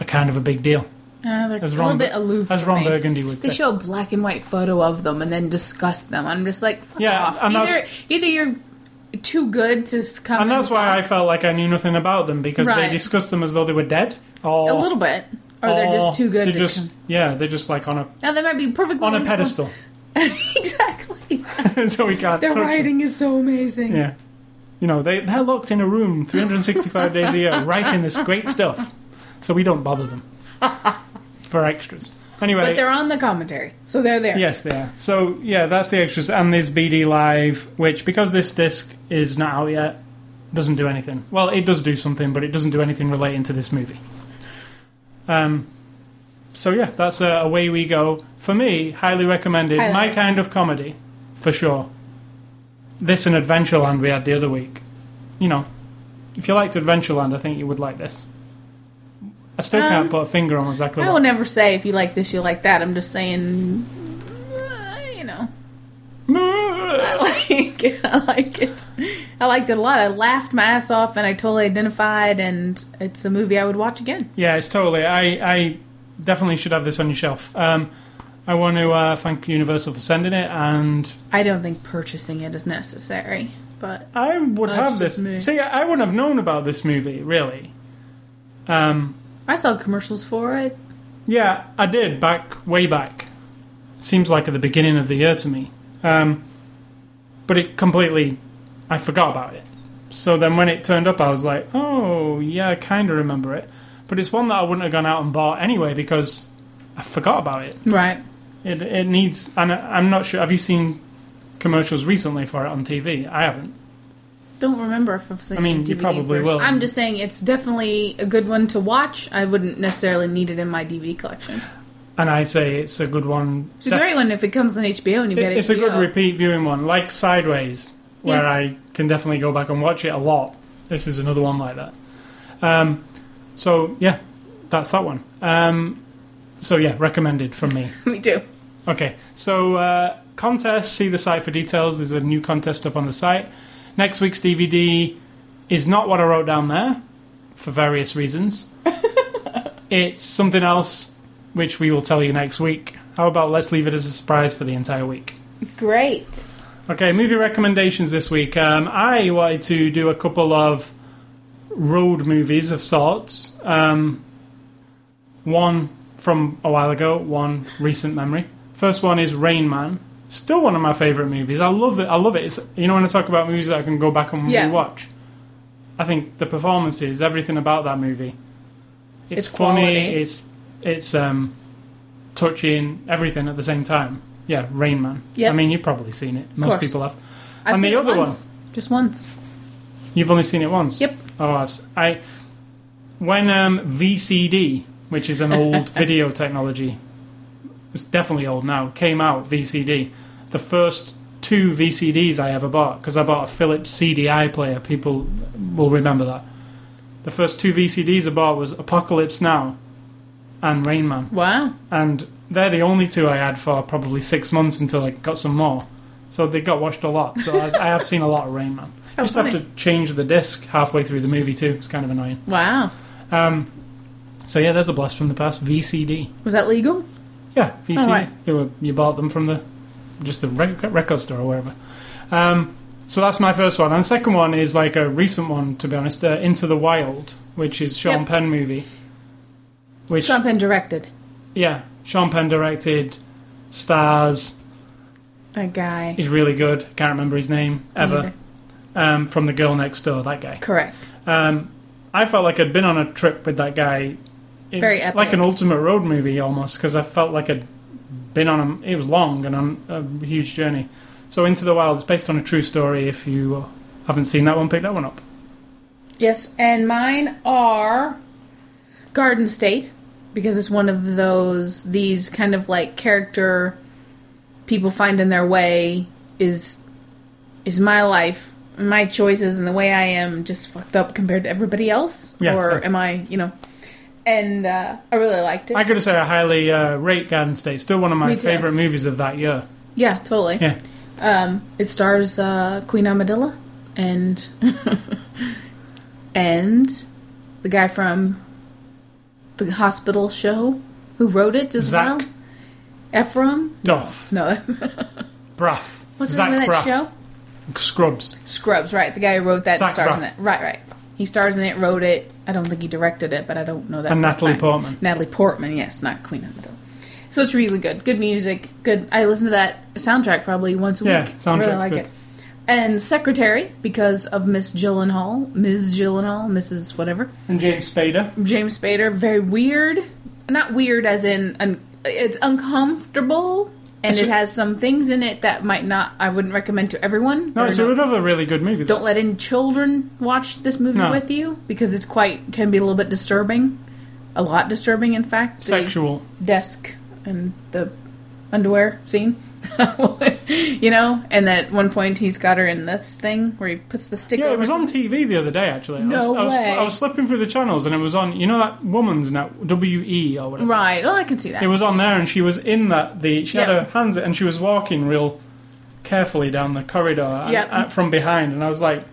[SPEAKER 1] are kind of a big deal,
[SPEAKER 2] Uh, they're
[SPEAKER 1] As
[SPEAKER 2] a
[SPEAKER 1] Ron
[SPEAKER 2] little
[SPEAKER 1] Bur-
[SPEAKER 2] bit aloof.
[SPEAKER 1] as
[SPEAKER 2] from
[SPEAKER 1] Ron
[SPEAKER 2] me.
[SPEAKER 1] Burgundy would
[SPEAKER 2] They
[SPEAKER 1] say.
[SPEAKER 2] show a black and white photo of them and then discuss them. I'm just like, fuck
[SPEAKER 1] Yeah,
[SPEAKER 2] off.
[SPEAKER 1] and
[SPEAKER 2] either
[SPEAKER 1] that's-
[SPEAKER 2] either you're too good to s- come,
[SPEAKER 1] And that's why I felt like I knew nothing about them because
[SPEAKER 2] Right.
[SPEAKER 1] they discussed them as though they were dead, or
[SPEAKER 2] a little bit, or they're just too good.
[SPEAKER 1] Oh, They're
[SPEAKER 2] to
[SPEAKER 1] just
[SPEAKER 2] come.
[SPEAKER 1] yeah, they're just like on a
[SPEAKER 2] Now they might be perfectly
[SPEAKER 1] on a
[SPEAKER 2] wonderful-
[SPEAKER 1] pedestal,
[SPEAKER 2] exactly.
[SPEAKER 1] so we can't.
[SPEAKER 2] Their
[SPEAKER 1] touch them.
[SPEAKER 2] writing is so amazing.
[SPEAKER 1] Yeah. You know, they, they're locked in a room 365 days a year writing this great stuff. So we don't bother them for extras. Anyway.
[SPEAKER 2] But they're on the commentary, so they're there.
[SPEAKER 1] Yes, they are. So, yeah, that's the extras. And there's BD Live, which, because this disc is not out yet, doesn't do anything. Well, it does do something, but it doesn't do anything relating to this movie. Um, so, yeah, that's uh, Away We Go. For me, highly recommended.
[SPEAKER 2] Highly
[SPEAKER 1] My
[SPEAKER 2] recommended.
[SPEAKER 1] kind of comedy, for sure. This and Adventureland we had the other week. You know, if you liked Adventureland, I think you would like this. I still
[SPEAKER 2] Um,
[SPEAKER 1] can't put a finger on exactly
[SPEAKER 2] I
[SPEAKER 1] what.
[SPEAKER 2] will never say if you like this, you like that. I'm just saying, uh, you know, I like it. I like it. I liked it a lot. I laughed my ass off, and I totally identified. And it's a movie I would watch again.
[SPEAKER 1] Yeah, it's totally. I, I definitely should have this on your shelf. Um, I want to uh, thank Universal for sending it, and
[SPEAKER 2] I don't think purchasing it is necessary, but
[SPEAKER 1] I would
[SPEAKER 2] That's
[SPEAKER 1] have this.
[SPEAKER 2] just me.
[SPEAKER 1] See, I, I wouldn't have known about this movie, really. Um,
[SPEAKER 2] I saw commercials for it.
[SPEAKER 1] yeah, I did back way back. Seems like at the beginning of the year to me. Um, but it completely, I forgot about it. So then when it turned up, I was like, oh yeah, I kind of remember it. But it's one that I wouldn't have gone out and bought anyway because I forgot about it.
[SPEAKER 2] Right.
[SPEAKER 1] It it needs, and I- I'm not sure. Have you seen commercials recently for it on TV? I haven't.
[SPEAKER 2] Don't remember if I've seen.
[SPEAKER 1] I mean,
[SPEAKER 2] it
[SPEAKER 1] you
[SPEAKER 2] on DVD
[SPEAKER 1] probably
[SPEAKER 2] first.
[SPEAKER 1] will.
[SPEAKER 2] I'm just saying it's definitely a good one to watch. I wouldn't necessarily need it in my DVD collection.
[SPEAKER 1] And I say it's a good one.
[SPEAKER 2] It's a great one if it comes on HBO and you
[SPEAKER 1] It-
[SPEAKER 2] get it.
[SPEAKER 1] it's a good repeat viewing one, like Sideways, where
[SPEAKER 2] Yeah.
[SPEAKER 1] I can definitely go back and watch it a lot. This is another one like that. Um, so yeah, that's that one. Um, so yeah, recommended from me.
[SPEAKER 2] Me too.
[SPEAKER 1] Okay, so uh, contest. See the site for details. There's a new contest up on the site. Next week's DVD is not what I wrote down there for various reasons. it's something else, which we will tell you next week. How about let's leave it as a surprise for the entire week?
[SPEAKER 2] Great.
[SPEAKER 1] Okay, movie recommendations this week. Um, I wanted to do a couple of road movies of sorts. Um, one from a while ago, one recent memory. First one is Rain Man. Still one of my favorite movies. I love it. I love it. It's, you know when I talk about movies that I can go back and
[SPEAKER 2] Yeah.
[SPEAKER 1] rewatch. I think the performances, everything about that movie. It's,
[SPEAKER 2] It's
[SPEAKER 1] funny.
[SPEAKER 2] quality.
[SPEAKER 1] It's it's um, touching. Everything at the same time. Yeah, Rain Man.
[SPEAKER 2] Yep.
[SPEAKER 1] I mean, you've probably seen it. Most
[SPEAKER 2] course.
[SPEAKER 1] people have.
[SPEAKER 2] I've
[SPEAKER 1] And
[SPEAKER 2] seen
[SPEAKER 1] the
[SPEAKER 2] it
[SPEAKER 1] other
[SPEAKER 2] once. Just once.
[SPEAKER 1] You've only seen it once.
[SPEAKER 2] Yep.
[SPEAKER 1] Oh, I've, si when um, VCD, which is an old video technology, it's definitely old now. Came out VCD. The first two VCDs I ever bought because I bought a Philips CDI player. People will remember that. The first two VCDs I bought was Apocalypse Now and Rain Man
[SPEAKER 2] Wow.
[SPEAKER 1] and they're the only two I had for probably six months until I got some more. So they got watched a lot. So I, I have seen a lot of Rain Man.
[SPEAKER 2] How
[SPEAKER 1] Just have
[SPEAKER 2] funny.
[SPEAKER 1] to change the disc halfway through the movie too. It's kind of annoying.
[SPEAKER 2] Wow.
[SPEAKER 1] Um, So yeah, there's a blast from the past VCD.
[SPEAKER 2] Was that legal?
[SPEAKER 1] Yeah, VCD.
[SPEAKER 2] Oh, right.
[SPEAKER 1] They were you bought them from the just the rec- record store or wherever. Um, so that's my first one, and the second one is like a recent one to be honest, uh, Into the Wild, which is Sean
[SPEAKER 2] Yep.
[SPEAKER 1] Penn movie. Which
[SPEAKER 2] Sean Penn directed.
[SPEAKER 1] yeah, Sean Penn directed, stars.
[SPEAKER 2] That guy.
[SPEAKER 1] He's really good. Can't remember his name ever.
[SPEAKER 2] Neither.
[SPEAKER 1] Um, from the girl next door, that guy.
[SPEAKER 2] Correct.
[SPEAKER 1] Um, I felt like I'd been on a trip with that guy. It-
[SPEAKER 2] Very epic.
[SPEAKER 1] Like an Ultimate Road movie almost, because I felt like I'd been on a. It was long and on a huge journey. So Into the Wild is based on a true story. If you uh, haven't seen that one, pick that one up.
[SPEAKER 2] Yes, and mine are Garden State because it's one of those these kind of like character people finding their way is is my life, my choices and the way I am just fucked up compared to everybody else
[SPEAKER 1] Yes,
[SPEAKER 2] or
[SPEAKER 1] I-
[SPEAKER 2] am I, you know. And uh, I really liked it.
[SPEAKER 1] I gotta say, I highly uh, rate Garden State. Still one of my
[SPEAKER 2] Me too.
[SPEAKER 1] favorite movies of that year.
[SPEAKER 2] yeah, totally.
[SPEAKER 1] Yeah,
[SPEAKER 2] Um, it stars uh, Queen Amadilla and and the guy from the hospital show who wrote it as
[SPEAKER 1] Zach.
[SPEAKER 2] well. Ephraim?
[SPEAKER 1] Duff,
[SPEAKER 2] No,
[SPEAKER 1] Braff,
[SPEAKER 2] what's
[SPEAKER 1] Zach
[SPEAKER 2] the name of
[SPEAKER 1] Braff,
[SPEAKER 2] that show?
[SPEAKER 1] Scrubs.
[SPEAKER 2] Scrubs, right? The guy who wrote that
[SPEAKER 1] Zach
[SPEAKER 2] stars in
[SPEAKER 1] Braff.
[SPEAKER 2] it. Right, right. He stars in it, wrote it. I don't think he directed it, but I don't know that.
[SPEAKER 1] And
[SPEAKER 2] for a
[SPEAKER 1] Natalie
[SPEAKER 2] fact.
[SPEAKER 1] Portman.
[SPEAKER 2] Natalie Portman, yes, not Queen Amadilla. So it's really good. Good music. Good. I listen to that soundtrack probably once a
[SPEAKER 1] Yeah,
[SPEAKER 2] week. I really
[SPEAKER 1] soundtrack's
[SPEAKER 2] like
[SPEAKER 1] good.
[SPEAKER 2] it. And Secretary because of Miss Gyllenhaal, Ms. Gyllenhaal, Mrs. whatever.
[SPEAKER 1] And James Spader.
[SPEAKER 2] James Spader, very weird. Not weird as in un- it's uncomfortable and
[SPEAKER 1] It's
[SPEAKER 2] it
[SPEAKER 1] a-
[SPEAKER 2] has some things in it that might not I wouldn't recommend to everyone.
[SPEAKER 1] No,
[SPEAKER 2] They're
[SPEAKER 1] it's
[SPEAKER 2] not-
[SPEAKER 1] another really good movie. though.
[SPEAKER 2] don't let any children watch this movie
[SPEAKER 1] No.
[SPEAKER 2] with you because it's quite can be a little bit disturbing, a lot disturbing in fact. The
[SPEAKER 1] Sexual.
[SPEAKER 2] desk and the underwear scene, you know. And at one point, he's got her in this thing where he puts the stick.
[SPEAKER 1] Yeah,
[SPEAKER 2] over
[SPEAKER 1] it was on TV the other day. Actually, I
[SPEAKER 2] No
[SPEAKER 1] was, I was,
[SPEAKER 2] way.
[SPEAKER 1] I was flipping through the channels and it was on. You know that woman's now W E or whatever.
[SPEAKER 2] Right. Oh, I can see that.
[SPEAKER 1] It was on there, and she was in that. The she
[SPEAKER 2] Yeah.
[SPEAKER 1] had her hands and she was walking real carefully down the corridor and-
[SPEAKER 2] Yeah.
[SPEAKER 1] and from behind, and I was like.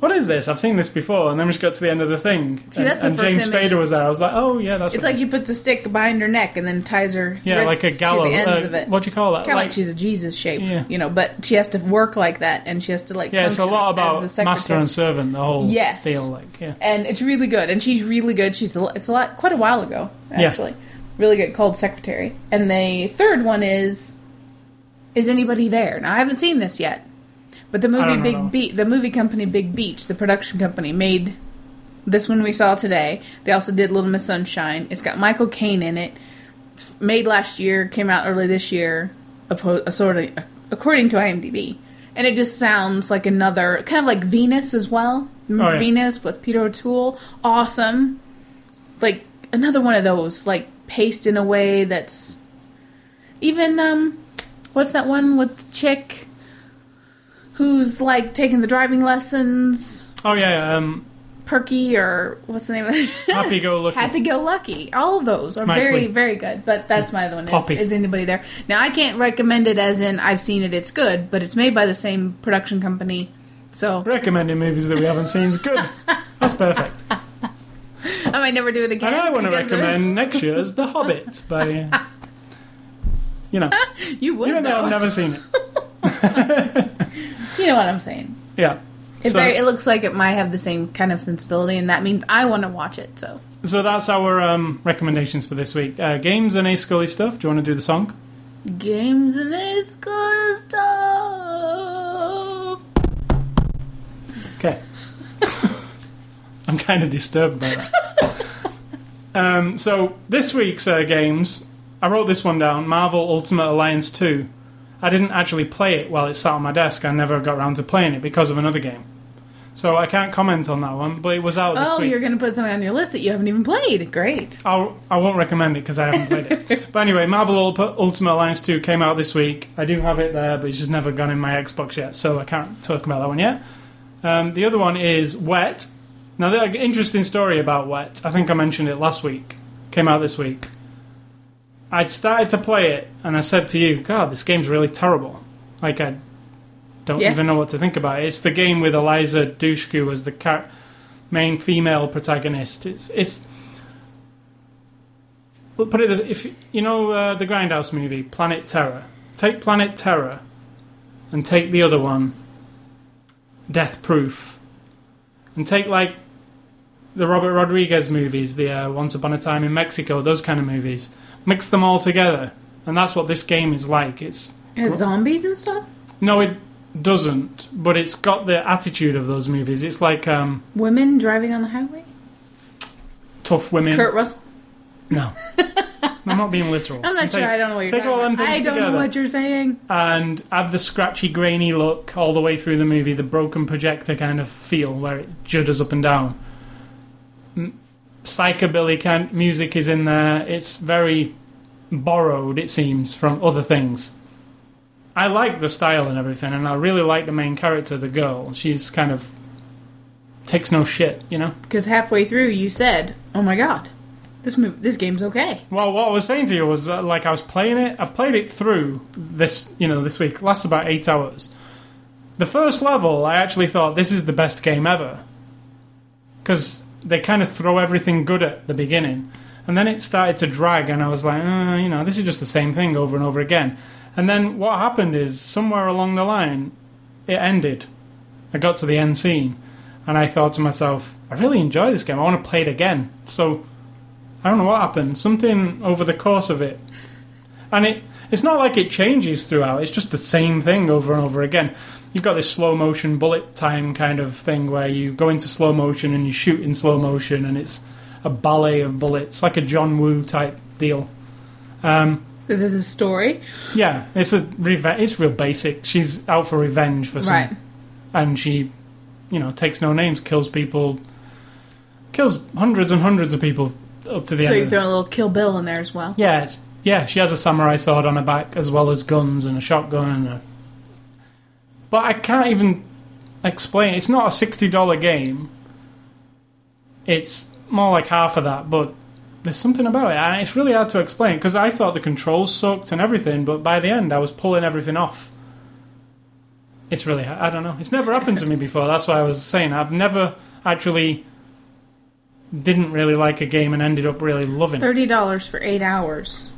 [SPEAKER 1] What is this? I've seen this before, and then we just got to the end of the thing.
[SPEAKER 2] See,
[SPEAKER 1] and
[SPEAKER 2] that's the
[SPEAKER 1] and
[SPEAKER 2] first
[SPEAKER 1] James
[SPEAKER 2] image.
[SPEAKER 1] Spader was there. I was like, "Oh yeah, that's."
[SPEAKER 2] it's
[SPEAKER 1] what
[SPEAKER 2] like he puts a stick behind her neck and then ties her
[SPEAKER 1] yeah, like a
[SPEAKER 2] wrists
[SPEAKER 1] gallows.
[SPEAKER 2] to the ends
[SPEAKER 1] uh,
[SPEAKER 2] of it.
[SPEAKER 1] What do you call that?
[SPEAKER 2] Kind of like, she's a Jesus shape,
[SPEAKER 1] Yeah.
[SPEAKER 2] you know. But she has to work like that, and she has to like.
[SPEAKER 1] yeah, it's a
[SPEAKER 2] function
[SPEAKER 1] lot
[SPEAKER 2] as
[SPEAKER 1] about
[SPEAKER 2] the secretary.
[SPEAKER 1] master and servant. The whole
[SPEAKER 2] Yes.
[SPEAKER 1] deal, like yeah,
[SPEAKER 2] and it's really good. And she's really good. She's the, it's a lot quite a while ago
[SPEAKER 1] Yeah.
[SPEAKER 2] actually. Really good. Called Secretary. And the third one is is anybody there? Now I haven't seen this yet, but the movie
[SPEAKER 1] don't
[SPEAKER 2] Big
[SPEAKER 1] know.
[SPEAKER 2] Be- the movie company Big Beach, the production company, made this one we saw today. They also did Little Miss Sunshine. It's got Michael Caine in it. It's made last year, came out early this year, appo- a sort of, uh, according to IMDb. And it just sounds like another, kind of like Venus as well. Remember
[SPEAKER 1] Oh, yeah.
[SPEAKER 2] Venus with Peter O'Toole. Awesome. Like another one of those, like paced in a way that's even um what's that one with the chick who's like taking the driving lessons
[SPEAKER 1] oh yeah. Um,
[SPEAKER 2] perky or what's the name of it
[SPEAKER 1] happy go lucky.
[SPEAKER 2] happy go lucky all of those are
[SPEAKER 1] Mike
[SPEAKER 2] very
[SPEAKER 1] Lee.
[SPEAKER 2] very good but that's my other one is,
[SPEAKER 1] Poppy.
[SPEAKER 2] is anybody there now i can't recommend it as in i've seen it it's good but it's made by the same production company so
[SPEAKER 1] Recommending movies that we haven't seen is good. That's perfect.
[SPEAKER 2] i might never do it again
[SPEAKER 1] And I want to
[SPEAKER 2] because they're-
[SPEAKER 1] recommend next year's The Hobbit by. uh, You know,
[SPEAKER 2] you would
[SPEAKER 1] even though
[SPEAKER 2] though.
[SPEAKER 1] I've never seen it.
[SPEAKER 2] you know what i'm saying
[SPEAKER 1] Yeah.
[SPEAKER 2] it,
[SPEAKER 1] So,
[SPEAKER 2] very, it looks like it might have the same kind of sensibility and that means i want to watch it so
[SPEAKER 1] so that's our um, recommendations for this week. Uh, games and A Scully stuff. Do you want to do the song?
[SPEAKER 2] Games and it's cool stuff.
[SPEAKER 1] Okay. I'm kind of disturbed by that. um, so this week's uh, games, I wrote this one down: Marvel Ultimate Alliance Two. I didn't actually play it while it sat on my desk. I never got around to playing it because of another game. So I can't comment on that one, but it was out this
[SPEAKER 2] Oh,
[SPEAKER 1] week.
[SPEAKER 2] you're going to put something on your list that you haven't even played. Great.
[SPEAKER 1] I'll, I won't recommend it because I haven't played it. but anyway, Marvel Ul- Ultimate Alliance 2 came out this week. I do have it there, but it's just never gone in my Xbox yet, so I can't talk about that one yet. Um, the other one is Wet. Now, the interesting story about Wet, I think I mentioned it last week, came out this week. I started to play it, and I said to you, God, this game's really terrible. Like, I don't
[SPEAKER 2] Yeah.
[SPEAKER 1] even know what to think about it. It's the game with Eliza Dushku as the car- main female protagonist. It's, it's But put it this- if you know uh, the Grindhouse movie, Planet Terror. Take Planet Terror, and take the other one, Death Proof, and take like the Robert Rodriguez movies, the uh, Once Upon a Time in Mexico, those kind of movies. Mix them all together, and that's what this game is like. It's
[SPEAKER 2] It has zombies and stuff?
[SPEAKER 1] no, it doesn't, but it's got the attitude of those movies. It's like um,
[SPEAKER 2] Women driving on the highway?
[SPEAKER 1] tough women.
[SPEAKER 2] Kurt Russell?
[SPEAKER 1] No, I'm not being literal.
[SPEAKER 2] I'm not
[SPEAKER 1] Take-
[SPEAKER 2] sure. I don't know what you're
[SPEAKER 1] take
[SPEAKER 2] talking
[SPEAKER 1] all them
[SPEAKER 2] about. I
[SPEAKER 1] things
[SPEAKER 2] don't know
[SPEAKER 1] together.
[SPEAKER 2] what you're saying.
[SPEAKER 1] and have the scratchy, grainy look all the way through the movie, the broken projector kind of feel where it judders up and down. M- Psychobilly kind music is in there. It's very borrowed, it seems, from other things. I like the style and everything, and I really like the main character, the girl. She's kind of takes no shit, you know.
[SPEAKER 2] Because halfway through, you said, "Oh my god, this move, this game's okay."
[SPEAKER 1] Well, what I was saying to you was that, like, I was playing it. I've played it through this, you know, this week. Lasts about eight hours. The first level, I actually thought this is the best game ever because they kind of throw everything good at the beginning, and then it started to drag, and I was like, uh, you know, this is just the same thing over and over again. And then what happened is somewhere along the line, it ended. I got to the end scene, and I thought to myself, I really enjoy this game. I want to play it again. So. I don't know what happened. Something over the course of it, and it it's not like it changes throughout. It's just the same thing over and over again. You've got this slow motion bullet time kind of thing where you go into slow motion and you shoot in slow motion, and it's a ballet of bullets, like a John Woo type deal.
[SPEAKER 2] Is it a story?
[SPEAKER 1] Yeah, it's a reve- It's real basic. She's out for revenge for some
[SPEAKER 2] Right.
[SPEAKER 1] and she, you know, takes no names, kills people, kills hundreds and hundreds of people up to the
[SPEAKER 2] So
[SPEAKER 1] end.
[SPEAKER 2] you
[SPEAKER 1] of
[SPEAKER 2] throw a little Kill Bill in there as well.
[SPEAKER 1] Yeah, it's, yeah, she has a samurai sword on her back as well as guns and a shotgun and a. But I can't even explain. It's not a sixty dollar game. It's more like half of that, but there's something about it, and it's really hard to explain because I thought the controls sucked and everything, but by the end I was pulling everything off. It's really I don't know. It's never happened to me before. That's why I was saying I've never actually didn't really like a game and ended up really loving it.
[SPEAKER 2] Thirty dollars for eight hours.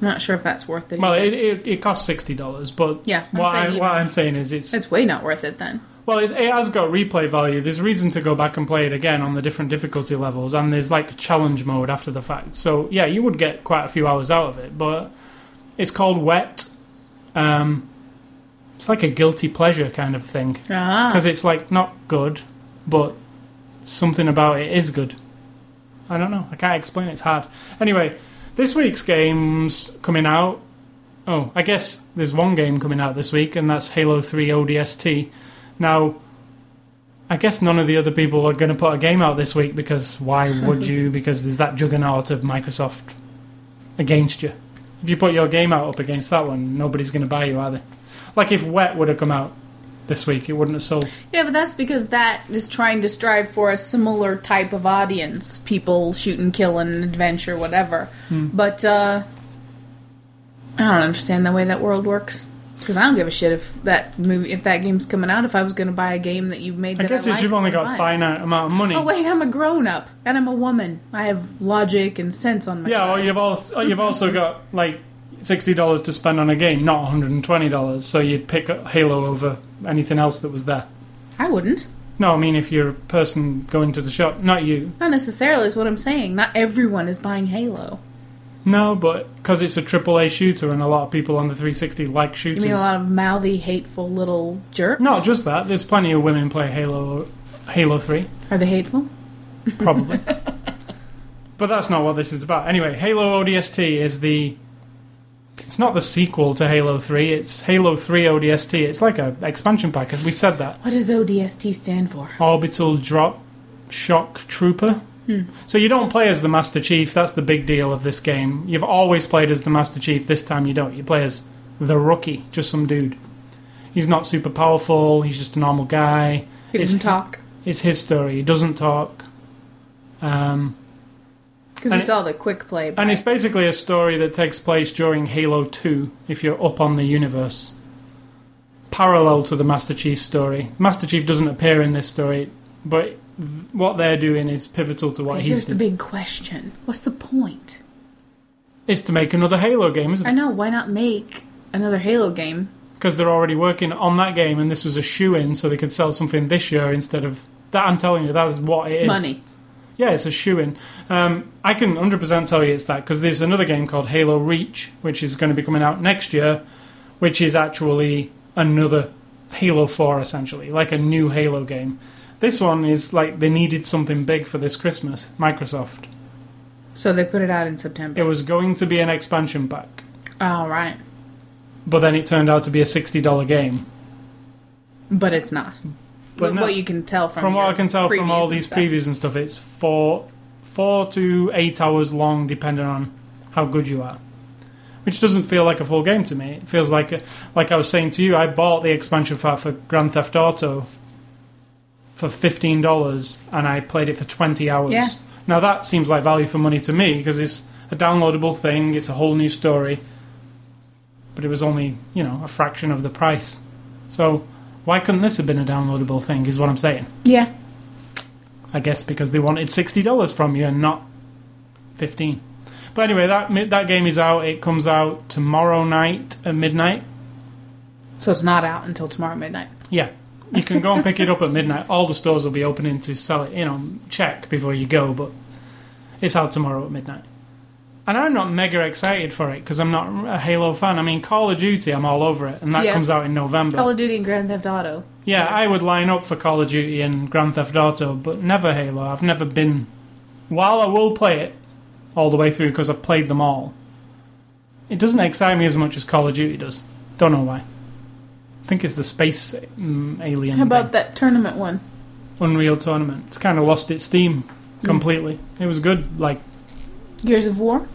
[SPEAKER 2] I'm not sure if that's worth it.
[SPEAKER 1] Well,
[SPEAKER 2] either.
[SPEAKER 1] it, it, it costs sixty dollars, but
[SPEAKER 2] Yeah, I'm
[SPEAKER 1] what,
[SPEAKER 2] saying
[SPEAKER 1] I,
[SPEAKER 2] you-
[SPEAKER 1] what I'm saying is it's,
[SPEAKER 2] it's way not worth it then.
[SPEAKER 1] well, it's, it has got replay value. There's reason to go back and play it again on the different difficulty levels, and there's like challenge mode after the fact. So yeah, you would get quite a few hours out of it, but it's called Wet. Um, it's like a guilty pleasure kind of thing
[SPEAKER 2] Ah,
[SPEAKER 1] because it's like not good, but something about it is good. I don't know. I can't explain. it, It's hard. Anyway, this week's games coming out. Oh, I guess there's one game coming out this week, and that's Halo Three ODST. Now, I guess none of the other people are going to put a game out this week because why would you? Because there's that juggernaut of Microsoft against you. If you put your game out up against that one, nobody's going to buy you, are they? Like if Wet would have come out this week, it wouldn't have sold.
[SPEAKER 2] yeah, but that's because that is trying to strive for a similar type of audience: people shooting, killing, adventure, whatever.
[SPEAKER 1] Hmm.
[SPEAKER 2] But uh, I don't understand the way that world works. Because I don't give a shit if that movie, if that game's coming out. If I was going to buy a game that you've made,
[SPEAKER 1] I
[SPEAKER 2] that
[SPEAKER 1] guess
[SPEAKER 2] like,
[SPEAKER 1] it's you've
[SPEAKER 2] I'm
[SPEAKER 1] only
[SPEAKER 2] gonna
[SPEAKER 1] got
[SPEAKER 2] buy
[SPEAKER 1] a
[SPEAKER 2] it.
[SPEAKER 1] finite amount of money.
[SPEAKER 2] Oh wait, I'm a grown up and I'm a woman. I have logic and sense on my
[SPEAKER 1] yeah, or
[SPEAKER 2] side.
[SPEAKER 1] you've all you've also got like sixty dollars to spend on a game, not one hundred and twenty dollars. So you'd pick up Halo over anything else that was there.
[SPEAKER 2] I wouldn't.
[SPEAKER 1] No, I mean if you're a person going to the shop, not you.
[SPEAKER 2] Not necessarily is what I'm saying. Not everyone is buying Halo.
[SPEAKER 1] No, but because it's a AAA shooter and a lot of people on the 360 like
[SPEAKER 2] You
[SPEAKER 1] shooters.
[SPEAKER 2] mean a lot of mouthy, hateful little jerks?
[SPEAKER 1] Not just that. There's plenty of women play Halo, Halo Three.
[SPEAKER 2] Are they hateful?
[SPEAKER 1] probably. but that's not what this is about. Anyway, Halo ODST is the. It's not the sequel to Halo 3, it's Halo 3 ODST. It's like a expansion pack, as we said that.
[SPEAKER 2] What does ODST stand for?
[SPEAKER 1] Orbital Drop Shock Trooper. So you don't play as the Master Chief, that's the big deal of this game. You've always played as the Master Chief, this time you don't. You play as the rookie, just some dude. He's not super powerful, he's just a normal guy.
[SPEAKER 2] He
[SPEAKER 1] It's-
[SPEAKER 2] doesn't talk.
[SPEAKER 1] It's his story, he doesn't talk. Um,
[SPEAKER 2] Because we
[SPEAKER 1] and it-
[SPEAKER 2] saw the quick play.
[SPEAKER 1] And
[SPEAKER 2] by-
[SPEAKER 1] it's basically a story that takes place during Halo 2, if you're up on the universe. Parallel to the Master Chief story. Master Chief doesn't appear in this story, but what they're doing is pivotal to what
[SPEAKER 2] Here's
[SPEAKER 1] he's
[SPEAKER 2] the
[SPEAKER 1] doing.
[SPEAKER 2] big question. What's the point?
[SPEAKER 1] It's to make another Halo game, isn't
[SPEAKER 2] I
[SPEAKER 1] it?
[SPEAKER 2] know, why not make another Halo game?
[SPEAKER 1] Because they're already working on that game, and this was a shoe in, so they could sell something this year instead of that. I'm telling you, that is what it is.
[SPEAKER 2] Money.
[SPEAKER 1] Yeah, it's a shoe in. Um, I can 100% tell you it's that because there's another game called Halo Reach, which is going to be coming out next year, which is actually another Halo 4, essentially, like a new Halo game. This one is like they needed something big for this Christmas, Microsoft.
[SPEAKER 2] So they put it out in September.
[SPEAKER 1] It was going to be an expansion pack,
[SPEAKER 2] All right.
[SPEAKER 1] but then it turned out to be a $60 game.
[SPEAKER 2] But it's not.
[SPEAKER 1] But
[SPEAKER 2] Wh-
[SPEAKER 1] no.
[SPEAKER 2] what you can tell from
[SPEAKER 1] From what
[SPEAKER 2] your
[SPEAKER 1] I can tell from
[SPEAKER 2] previews
[SPEAKER 1] all
[SPEAKER 2] and
[SPEAKER 1] these
[SPEAKER 2] stuff.
[SPEAKER 1] previews and stuff, it's four, four to eight hours long, depending on how good you are. Which doesn't feel like a full game to me. It feels like, like I was saying to you, I bought the expansion pack for Grand Theft Auto for fifteen dollars, and I played it for twenty hours.
[SPEAKER 2] Yeah.
[SPEAKER 1] Now that seems like value for money to me because it's a downloadable thing. It's a whole new story, but it was only you know a fraction of the price. So why couldn't this have been a downloadable thing? Is what I'm saying.
[SPEAKER 2] Yeah.
[SPEAKER 1] I guess because they wanted sixty dollars from you and not fifteen. But anyway, that mi- that game is out. It comes out tomorrow night at midnight.
[SPEAKER 2] So it's not out until tomorrow midnight.
[SPEAKER 1] Yeah, you can go and pick it up at midnight. All the stores will be opening to sell it. You know, check before you go, but it's out tomorrow at midnight. And I'm not mega excited for it because I'm not a Halo fan. I mean, Call of Duty, I'm all over it, and that
[SPEAKER 2] Yeah.
[SPEAKER 1] comes out in November.
[SPEAKER 2] Call of Duty and Grand Theft Auto.
[SPEAKER 1] Yeah, I would line up for Call of Duty and Grand Theft Auto, but never Halo. I've never been. While I will play it all the way through because I've played them all, it doesn't excite me as much as Call of Duty does. Don't know why. I think it's the space mm, alien.
[SPEAKER 2] How about
[SPEAKER 1] thing.
[SPEAKER 2] that tournament one?
[SPEAKER 1] Unreal Tournament? It's kind of lost its steam
[SPEAKER 2] Mm.
[SPEAKER 1] completely. It was good. Like
[SPEAKER 2] Gears of War?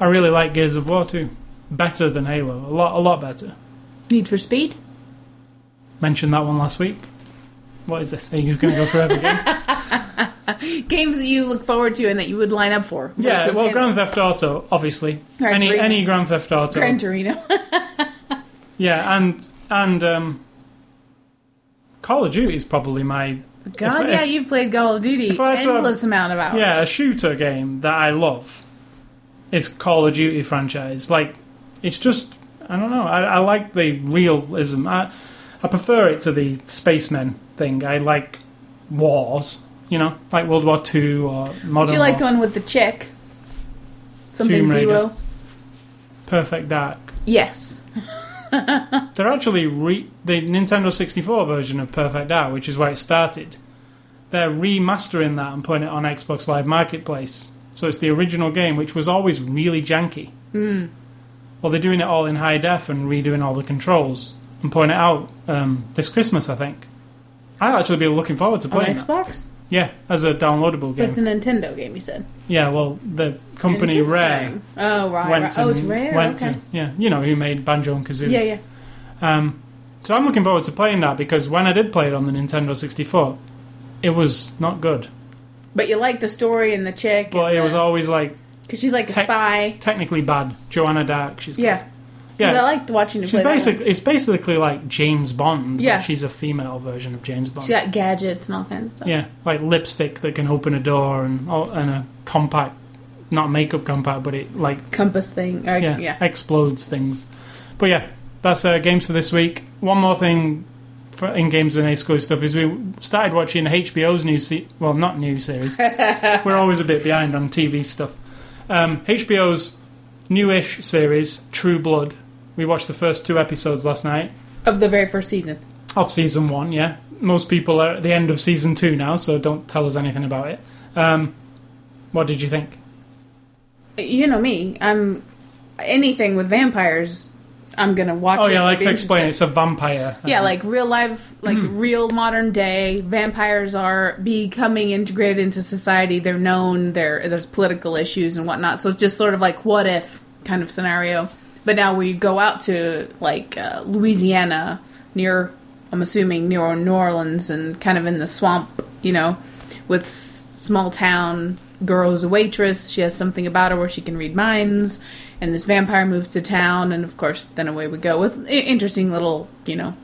[SPEAKER 1] I really like Gears of War too. Better than Halo. A lot, a lot better.
[SPEAKER 2] Need for Speed?
[SPEAKER 1] Mentioned that one last week. What is this? Are you going to go through every game?
[SPEAKER 2] Games that you look forward to and that you would line up for.
[SPEAKER 1] Yeah,
[SPEAKER 2] versus
[SPEAKER 1] well,
[SPEAKER 2] Halo.
[SPEAKER 1] Grand Theft Auto, obviously.
[SPEAKER 2] Gran
[SPEAKER 1] any
[SPEAKER 2] Torino.
[SPEAKER 1] any Grand Theft Auto.
[SPEAKER 2] Gran Torino.
[SPEAKER 1] yeah, and and um, Call of Duty is probably my
[SPEAKER 2] God,
[SPEAKER 1] If-
[SPEAKER 2] yeah,
[SPEAKER 1] if-
[SPEAKER 2] you've played Call of Duty
[SPEAKER 1] If I had to have-
[SPEAKER 2] endless amount of hours.
[SPEAKER 1] yeah a shooter game that I love. It's Call of Duty franchise. Like, it's just I don't know. I, I like the realism. I I prefer it to the spacemen thing. I like wars. You know, like World War Two or
[SPEAKER 2] Did
[SPEAKER 1] Modern
[SPEAKER 2] you like the
[SPEAKER 1] War.
[SPEAKER 2] one with the chick? Something
[SPEAKER 1] Tomb Raider.
[SPEAKER 2] zero.
[SPEAKER 1] Perfect Dark.
[SPEAKER 2] Yes.
[SPEAKER 1] They're actually re- the Nintendo 64 version of Perfect Dark, which is where it started. They're remastering that and putting it on Xbox Live Marketplace. So it's the original game, which was always really janky. Mm.
[SPEAKER 2] Hmm.
[SPEAKER 1] Well, they're doing it all in high def and redoing all the controls and putting it out um, this Christmas, I think. I'll actually be looking forward to
[SPEAKER 2] On
[SPEAKER 1] playing that.
[SPEAKER 2] Xbox?
[SPEAKER 1] Oh, Yeah, as a downloadable
[SPEAKER 2] But It's
[SPEAKER 1] game.
[SPEAKER 2] a Nintendo game, you said.
[SPEAKER 1] Yeah, well, the company Rare
[SPEAKER 2] Interesting. Oh, right.
[SPEAKER 1] went
[SPEAKER 2] right.
[SPEAKER 1] and
[SPEAKER 2] Oh, it's Rare?
[SPEAKER 1] went
[SPEAKER 2] okay.
[SPEAKER 1] and- yeah, you know who made Banjo and Kazooie.
[SPEAKER 2] Yeah, yeah.
[SPEAKER 1] Um, so I'm looking forward to playing that because when I did play it on the Nintendo 64, it was not good.
[SPEAKER 2] But you like the story and the chick.
[SPEAKER 1] But it was always like
[SPEAKER 2] Because she's like a
[SPEAKER 1] tech-
[SPEAKER 2] spy.
[SPEAKER 1] technically bad. Joanna Dark, she's
[SPEAKER 2] Yeah.
[SPEAKER 1] good.
[SPEAKER 2] Because I
[SPEAKER 1] yeah.
[SPEAKER 2] liked watching you
[SPEAKER 1] She's
[SPEAKER 2] play that one.
[SPEAKER 1] basically it's basically like James Bond.
[SPEAKER 2] Yeah.
[SPEAKER 1] but she's a female version of James Bond.
[SPEAKER 2] She got gadgets and all kinds of stuff.
[SPEAKER 1] Yeah, like lipstick that can open a door and oh, and a compact, not makeup compact, but it like
[SPEAKER 2] Compass thing. Or,
[SPEAKER 1] yeah,
[SPEAKER 2] yeah.
[SPEAKER 1] explodes things. But yeah, that's uh, games for this week. One more thing for, in games and exclusive stuff is we started watching HBO's new se- well, not new series. We're always a bit behind on TV stuff. Um, HBO's newish series, True Blood. We watched the first two episodes last night
[SPEAKER 2] Of the very first season.
[SPEAKER 1] of season one. Yeah, most people are at the end of season two now, so don't tell us anything about it. Um, what did you think?
[SPEAKER 2] You know me. I'm. Anything with vampires, I'm going to watch
[SPEAKER 1] Oh
[SPEAKER 2] it.
[SPEAKER 1] yeah,
[SPEAKER 2] and
[SPEAKER 1] let's
[SPEAKER 2] be
[SPEAKER 1] explain.
[SPEAKER 2] interested.
[SPEAKER 1] It's a vampire.
[SPEAKER 2] Yeah,
[SPEAKER 1] Um,
[SPEAKER 2] like real life, like real modern day vampires are becoming integrated into society. They're known. There, there's political issues and whatnot. So it's just sort of like what if kind of scenario. But now we go out to like uh, Louisiana, near I'm assuming near New Orleans, and kind of in the swamp, you know, with s- small town girl who's a waitress. She has something about her where she can read minds, and this vampire moves to town, and of course, then away we go with i- interesting little, you know,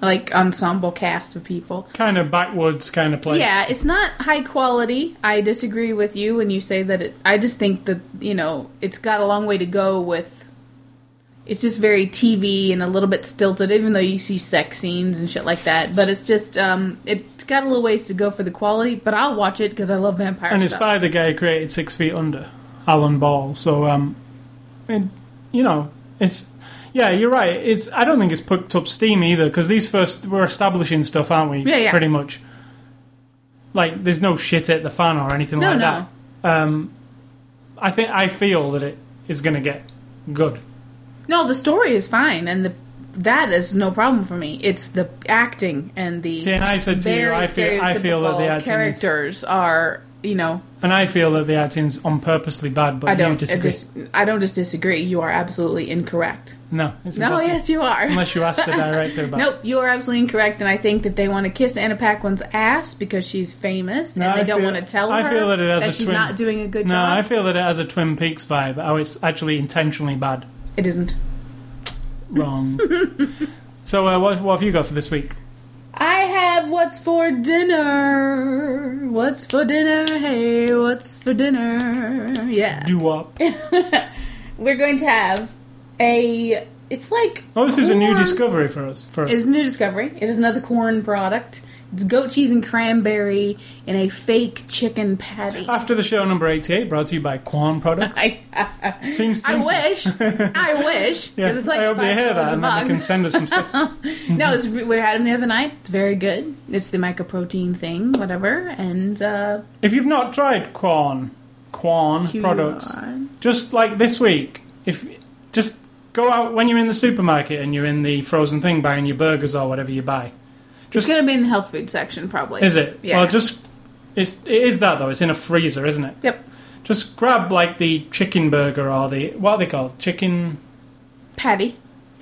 [SPEAKER 2] like ensemble cast of people.
[SPEAKER 1] Kind of backwoods kind of place.
[SPEAKER 2] Yeah, it's not high quality. I disagree with you when you say that it I just think that, you know, it's got a long way to go with it's just very TV and a little bit stilted, even though you see sex scenes and shit like that. But it's just, um, it's got a little ways to go for the quality. But I'll watch it because I love vampire
[SPEAKER 1] And it's
[SPEAKER 2] stuff.
[SPEAKER 1] by the guy who created Six Feet Under, Alan Ball. So, um, I mean, you know, it's yeah, you're right. It's I don't think it's picked up steam either because these first we're establishing stuff, aren't we?
[SPEAKER 2] Yeah, yeah.
[SPEAKER 1] Pretty much. Like, there's no shit at the fan or anything
[SPEAKER 2] no,
[SPEAKER 1] like
[SPEAKER 2] no,
[SPEAKER 1] that. I think I feel that it is going to get good.
[SPEAKER 2] no. The story is fine, and the that is no problem for me. It's the acting and the
[SPEAKER 1] See, and I said to you,
[SPEAKER 2] very
[SPEAKER 1] I feel I feel that the
[SPEAKER 2] stereotypical
[SPEAKER 1] acting is,
[SPEAKER 2] characters are, you know,
[SPEAKER 1] and I feel that the acting's on purposely bad, but
[SPEAKER 2] I don't
[SPEAKER 1] you disagree.
[SPEAKER 2] I, dis- I don't just disagree. You are absolutely incorrect.
[SPEAKER 1] No, it's
[SPEAKER 2] No,
[SPEAKER 1] impossible.
[SPEAKER 2] yes, you are.
[SPEAKER 1] Unless you ask the director about.
[SPEAKER 2] Nope, you are absolutely incorrect, and I think that they want to kiss Anna Paquin's ass because she's famous,
[SPEAKER 1] No,
[SPEAKER 2] and they
[SPEAKER 1] I
[SPEAKER 2] don't
[SPEAKER 1] feel-
[SPEAKER 2] want to tell
[SPEAKER 1] I
[SPEAKER 2] her
[SPEAKER 1] feel that it has a
[SPEAKER 2] she's
[SPEAKER 1] twin-
[SPEAKER 2] not doing a good
[SPEAKER 1] No,
[SPEAKER 2] job.
[SPEAKER 1] I feel that it has a Twin Peaks vibe. How it's actually intentionally bad.
[SPEAKER 2] it isn't.
[SPEAKER 1] Wrong. so, uh, what, what have you got for this week?
[SPEAKER 2] I have what's for dinner. What's for dinner? Hey, what's for dinner? Yeah,
[SPEAKER 1] Do up.
[SPEAKER 2] we're going to have a. It's like
[SPEAKER 1] Oh, this is a new
[SPEAKER 2] corn-
[SPEAKER 1] discovery for us. For us.
[SPEAKER 2] It's a new discovery. It is another corn product. It's goat cheese and cranberry in a fake chicken patty.
[SPEAKER 1] After the show number 88, brought to you by Quan Products.
[SPEAKER 2] I,
[SPEAKER 1] Seems,
[SPEAKER 2] I
[SPEAKER 1] seems
[SPEAKER 2] wish. I wish. 'cause
[SPEAKER 1] Yeah,
[SPEAKER 2] it's like
[SPEAKER 1] I hope they
[SPEAKER 2] five
[SPEAKER 1] hear that
[SPEAKER 2] dollars a
[SPEAKER 1] and then they can
[SPEAKER 2] box.
[SPEAKER 1] send us some stuff.
[SPEAKER 2] no, it's, we had them the other night. It's very good. It's the mycoprotein thing, whatever. And uh,
[SPEAKER 1] if you've not tried Quan, Quan products, just like this week, if just go out when you're in the supermarket and you're in the frozen thing buying your burgers or whatever you buy.
[SPEAKER 2] it's going to be in the health food section, probably.
[SPEAKER 1] Is it?
[SPEAKER 2] Yeah.
[SPEAKER 1] Well, just it's, it is that though. It's in a freezer, isn't it?
[SPEAKER 2] yep.
[SPEAKER 1] Just grab like the chicken burger or the what are they called? Chicken.
[SPEAKER 2] Patty,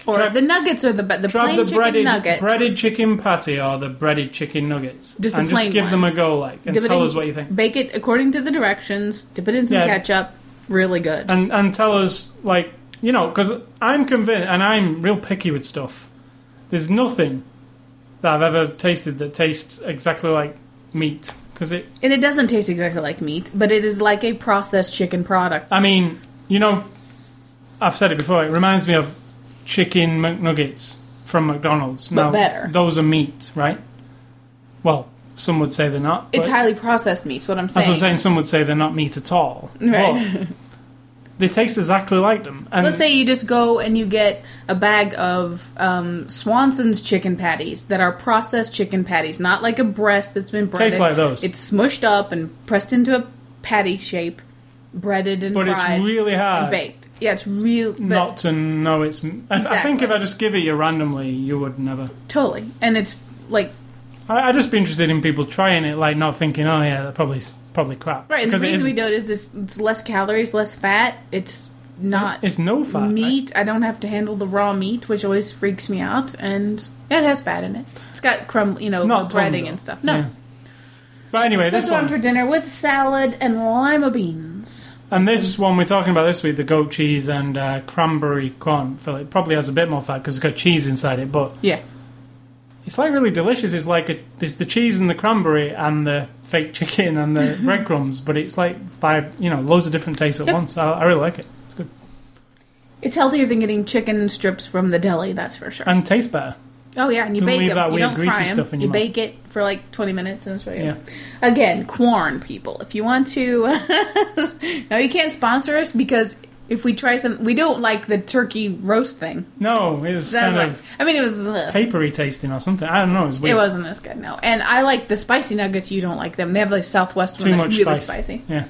[SPEAKER 2] or
[SPEAKER 1] Grab-
[SPEAKER 2] the nuggets are the be- the
[SPEAKER 1] Grab
[SPEAKER 2] plain
[SPEAKER 1] the
[SPEAKER 2] chicken
[SPEAKER 1] breaded
[SPEAKER 2] nuggets.
[SPEAKER 1] breaded chicken patty or the breaded chicken nuggets,
[SPEAKER 2] Just the
[SPEAKER 1] and
[SPEAKER 2] plain
[SPEAKER 1] just give
[SPEAKER 2] one.
[SPEAKER 1] them a go, like, and
[SPEAKER 2] Dip it
[SPEAKER 1] tell
[SPEAKER 2] in-
[SPEAKER 1] us what you think,
[SPEAKER 2] Bake it according to the directions. Dip it in some
[SPEAKER 1] Yeah.
[SPEAKER 2] ketchup. Really good.
[SPEAKER 1] and and tell us like you know because I'm convinced, and I'm real picky with stuff. There's nothing that I've ever tasted that tastes exactly like meat because it.
[SPEAKER 2] And it doesn't taste exactly like meat, but it is like a processed chicken product.
[SPEAKER 1] I mean, you know, I've said it before. It reminds me of chicken McNuggets from McDonald's.
[SPEAKER 2] But better.
[SPEAKER 1] Those are meat, right? Well, some would say they're not.
[SPEAKER 2] It's
[SPEAKER 1] but-
[SPEAKER 2] highly processed meat. Is what I'm
[SPEAKER 1] That's
[SPEAKER 2] saying.
[SPEAKER 1] what I'm saying. Some would say they're not meat at all. But
[SPEAKER 2] Right.
[SPEAKER 1] they taste exactly like them. And
[SPEAKER 2] Let's say you just go and you get a bag of um, Swanson's chicken patties that are processed chicken patties, not like a breast that's been breaded.
[SPEAKER 1] like those.
[SPEAKER 2] It's smushed up and pressed into a patty shape, breaded and
[SPEAKER 1] but
[SPEAKER 2] fried
[SPEAKER 1] it's really
[SPEAKER 2] and
[SPEAKER 1] hard
[SPEAKER 2] baked. Yeah, it's real. But
[SPEAKER 1] not to know it's. m I I I think
[SPEAKER 2] Exactly.
[SPEAKER 1] if I just give it you randomly, you would never.
[SPEAKER 2] totally, and it's like
[SPEAKER 1] I, I'd just be interested in people trying it, like not thinking, oh yeah, that probably s- probably crap.
[SPEAKER 2] right. And the
[SPEAKER 1] Because it
[SPEAKER 2] reason we
[SPEAKER 1] isn't.
[SPEAKER 2] do it is this: it's less calories, less fat. It's not
[SPEAKER 1] It's no fat. right?
[SPEAKER 2] meat. I don't have to handle the raw meat, which always freaks me out. And yeah, it has fat in it. It's got crumb, you know,
[SPEAKER 1] Not tons
[SPEAKER 2] breading
[SPEAKER 1] of-
[SPEAKER 2] and stuff. No.
[SPEAKER 1] yeah. But anyway,
[SPEAKER 2] So
[SPEAKER 1] this
[SPEAKER 2] That's what
[SPEAKER 1] one
[SPEAKER 2] I'm for dinner with salad and lima beans.
[SPEAKER 1] and this one we're talking about this week, the goat cheese and uh, cranberry corn fill. It probably has a bit more fat because it's got cheese inside it, but
[SPEAKER 2] Yeah.
[SPEAKER 1] it's like really delicious. It's like a, it's the cheese and the cranberry and the fake chicken and the breadcrumbs, but it's like five, you know, loads of different tastes at
[SPEAKER 2] Yep.
[SPEAKER 1] once. I, I really like it
[SPEAKER 2] It's healthier than getting chicken strips from the deli, that's for sure.
[SPEAKER 1] and tastes better.
[SPEAKER 2] oh yeah, and you
[SPEAKER 1] Don't
[SPEAKER 2] bake
[SPEAKER 1] leave
[SPEAKER 2] them.
[SPEAKER 1] that
[SPEAKER 2] you
[SPEAKER 1] weird
[SPEAKER 2] don't
[SPEAKER 1] greasy
[SPEAKER 2] fry them.
[SPEAKER 1] stuff in
[SPEAKER 2] you
[SPEAKER 1] your mouth.
[SPEAKER 2] bake it for like 20 minutes and it's really
[SPEAKER 1] Yeah.
[SPEAKER 2] good. Again, Quarn people, if you want to, no, you can't sponsor us because if we try some, we don't like the turkey roast thing.
[SPEAKER 1] No, it was
[SPEAKER 2] That
[SPEAKER 1] kind
[SPEAKER 2] was like,
[SPEAKER 1] of
[SPEAKER 2] I mean, it was. ugh.
[SPEAKER 1] papery tasting or something. I don't know. It was weird.
[SPEAKER 2] It wasn't as good, no. And I like the spicy nuggets. You don't like them. They have the Southwest
[SPEAKER 1] too
[SPEAKER 2] one
[SPEAKER 1] much
[SPEAKER 2] that's really
[SPEAKER 1] spice.
[SPEAKER 2] spicy.
[SPEAKER 1] Yeah,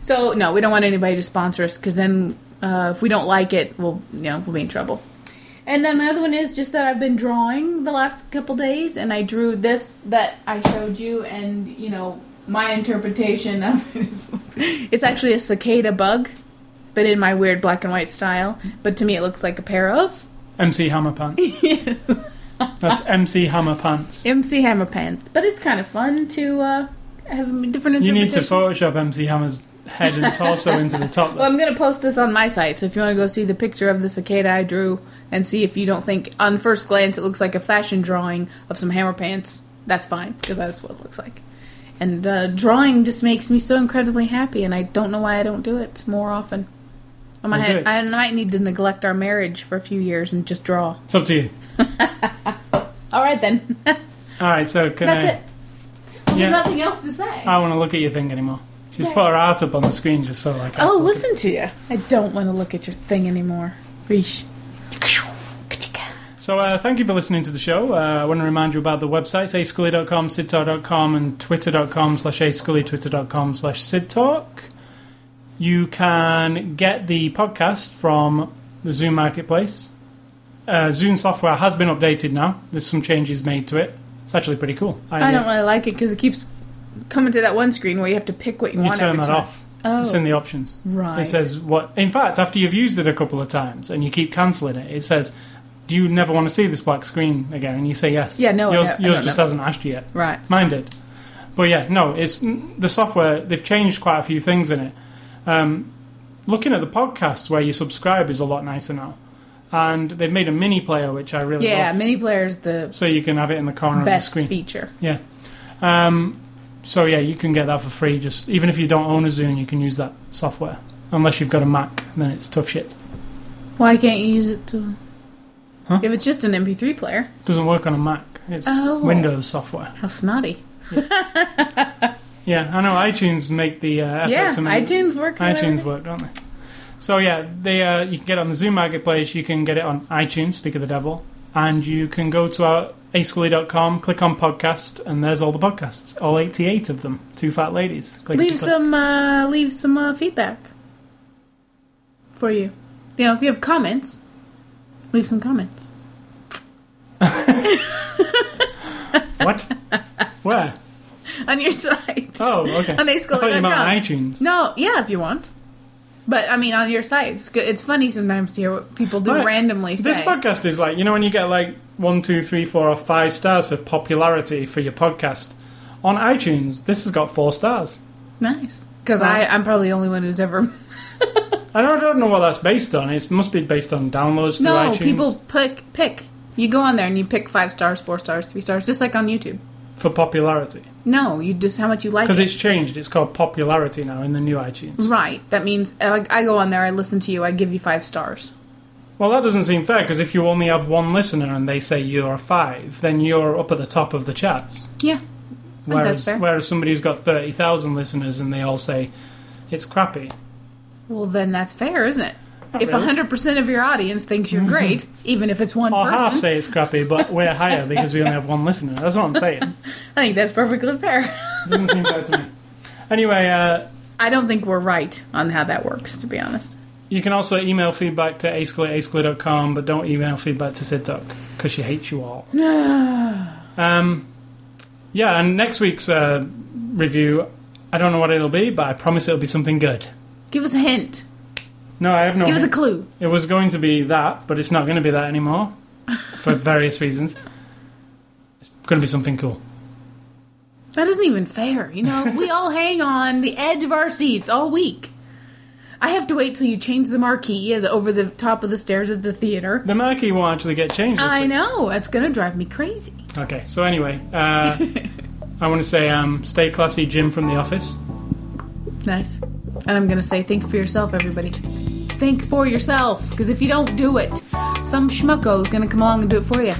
[SPEAKER 2] So no, we don't want anybody to sponsor us because then uh, if we don't like it, we'll you know we'll be in trouble. And then my other one is just that I've been drawing the last couple days, and I drew this that I showed you, and you know my interpretation of it is it's actually a cicada bug, but in my weird black and white style. But to me, it looks like a pair of
[SPEAKER 1] MC Hammer pants. That's MC Hammer pants.
[SPEAKER 2] MC Hammer pants. But it's kind of fun to uh, have different interpretations.
[SPEAKER 1] You need to Photoshop MC Hammer's head and torso into the top.
[SPEAKER 2] Well, I'm going to post this on my site, so if you want to go see the picture of the cicada I drew and see if you don't think on first glance it looks like a fashion drawing of some hammer pants. That's fine because that's what it looks like. And uh, drawing just makes me so incredibly happy, and I don't know why I don't do it more often. I might,
[SPEAKER 1] Okay.
[SPEAKER 2] I might need to neglect our marriage for a few years and just draw.
[SPEAKER 1] It's up to you.
[SPEAKER 2] All right then,
[SPEAKER 1] All right, so can
[SPEAKER 2] that's
[SPEAKER 1] I?
[SPEAKER 2] it. Well,
[SPEAKER 1] Yeah.
[SPEAKER 2] There's nothing else to say.
[SPEAKER 1] I want to look at your thing anymore. She's put her art up on the screen just so I can.
[SPEAKER 2] oh, listen to you. I don't want to look at your thing anymore. Reesh.
[SPEAKER 1] So uh, thank you for listening to the show. Uh, I want to remind you about the websites, ascully.com, sidtalk.com, and twitter.com slash ascully, twitter.com slash sidtalk. You can get the podcast from the Zoom Marketplace. Uh, Zoom software has been updated now. There's some changes made to it. It's actually pretty cool. uh,
[SPEAKER 2] I don't really like it because it keeps coming to that one screen where you have to pick what you,
[SPEAKER 1] You
[SPEAKER 2] want.
[SPEAKER 1] turn
[SPEAKER 2] every
[SPEAKER 1] that
[SPEAKER 2] time.
[SPEAKER 1] off.
[SPEAKER 2] Oh,
[SPEAKER 1] It's in the options.
[SPEAKER 2] right.
[SPEAKER 1] It says what. In fact, after you've used it a couple of times and you keep cancelling it, it says, "Do you never want to see this black screen again?" And you say yes.
[SPEAKER 2] Yeah, no, I
[SPEAKER 1] Yours,
[SPEAKER 2] don't- I
[SPEAKER 1] yours
[SPEAKER 2] don't
[SPEAKER 1] just
[SPEAKER 2] know.
[SPEAKER 1] hasn't asked you yet.
[SPEAKER 2] right.
[SPEAKER 1] Mine did. But yeah, no, it's the software. They've changed quite a few things in it. Um, looking at the podcasts where you subscribe is a lot nicer now, and they've made a mini player which I really
[SPEAKER 2] Yeah,
[SPEAKER 1] love.
[SPEAKER 2] mini player is the
[SPEAKER 1] so you can have it in the corner
[SPEAKER 2] best
[SPEAKER 1] of the screen.
[SPEAKER 2] feature.
[SPEAKER 1] Yeah. Um, so yeah, you can get that for free. Just even if you don't own a Zoom, you can use that software. Unless you've got a Mac, then it's tough shit.
[SPEAKER 2] Why can't you use it to?
[SPEAKER 1] Huh?
[SPEAKER 2] If it's just an MP3 player,
[SPEAKER 1] Doesn't work on a Mac. It's
[SPEAKER 2] Oh.
[SPEAKER 1] Windows software.
[SPEAKER 2] how snotty.
[SPEAKER 1] Yeah, I know. iTunes make the uh, effort
[SPEAKER 2] yeah,
[SPEAKER 1] to make
[SPEAKER 2] iTunes work. on
[SPEAKER 1] iTunes
[SPEAKER 2] everything.
[SPEAKER 1] work, don't they? So yeah, they uh, you can get it on the Zoom Marketplace. You can get it on iTunes. Speak of the devil, and you can go to uh, our ascully.com, click on podcast, and there's all the podcasts, all 88 of them. Two fat ladies. Click,
[SPEAKER 2] Leave
[SPEAKER 1] click.
[SPEAKER 2] some uh, leave some uh, feedback for you. You know, if you have comments, leave some comments.
[SPEAKER 1] What? Where?
[SPEAKER 2] on your site.
[SPEAKER 1] Oh, okay.
[SPEAKER 2] On
[SPEAKER 1] I thought you meant on
[SPEAKER 2] ascully.com.
[SPEAKER 1] iTunes.
[SPEAKER 2] No, yeah, if you want. But I mean, on your site, it's good. It's funny sometimes to hear what people do
[SPEAKER 1] Right.
[SPEAKER 2] randomly say.
[SPEAKER 1] This podcast is like you know when you get like one, two, three, four, or five stars for popularity for your podcast on iTunes. This has got four stars.
[SPEAKER 2] nice, because I I'm probably the only one who's ever.
[SPEAKER 1] I don't, I don't know what that's based on. It must be based on downloads through
[SPEAKER 2] no,
[SPEAKER 1] iTunes.
[SPEAKER 2] people pick pick. You go on there and you pick five stars, four stars, three stars, just like on YouTube.
[SPEAKER 1] for popularity
[SPEAKER 2] No, you just how much you like
[SPEAKER 1] because
[SPEAKER 2] it.
[SPEAKER 1] it's changed. It's called popularity now in the new iTunes.
[SPEAKER 2] Right. That means I, I go on there, I listen to you, I give you five stars.
[SPEAKER 1] Well, that doesn't seem fair because if you only have one listener and they say you're a five, then you're up at the top of the charts.
[SPEAKER 2] Yeah. think Oh, that's
[SPEAKER 1] Whereas,
[SPEAKER 2] fair.
[SPEAKER 1] whereas somebody who's got thirty thousand listeners and they all say it's crappy,
[SPEAKER 2] Well, then that's fair, isn't it? if
[SPEAKER 1] really.
[SPEAKER 2] hundred percent of your audience thinks you're great, even if it's one
[SPEAKER 1] or
[SPEAKER 2] person,
[SPEAKER 1] half say it's crappy, but we're higher because we only have one listener. That's what I'm saying.
[SPEAKER 2] I think that's perfectly fair.
[SPEAKER 1] Doesn't seem fair to me. Anyway, uh,
[SPEAKER 2] I don't think we're right on how that works, to be honest.
[SPEAKER 1] you can also email feedback to ascally.com, but don't email feedback to SidTalk because she hates you all.
[SPEAKER 2] Hmm.
[SPEAKER 1] um, yeah, and next week's uh, review, I don't know what it'll be, but I promise it'll be something good.
[SPEAKER 2] Give us a hint.
[SPEAKER 1] No, I have no.
[SPEAKER 2] Give us a
[SPEAKER 1] hint.
[SPEAKER 2] clue.
[SPEAKER 1] it was going to be that, but it's not going to be that anymore for various reasons. It's going to be something cool.
[SPEAKER 2] That isn't even fair. You know, we all hang on the edge of our seats all week. I have to wait till you change the marquee at the- over the top of the stairs of the theater.
[SPEAKER 1] The marquee won't actually get changed. this
[SPEAKER 2] I know. That's going to drive me crazy.
[SPEAKER 1] Okay, so anyway, uh, I want to say um, stay classy, Jim from The Office.
[SPEAKER 2] Nice. And I'm going to say, think for yourself, everybody. Think for yourself. Because if you don't do it, some schmucko is going to come along and do it for you.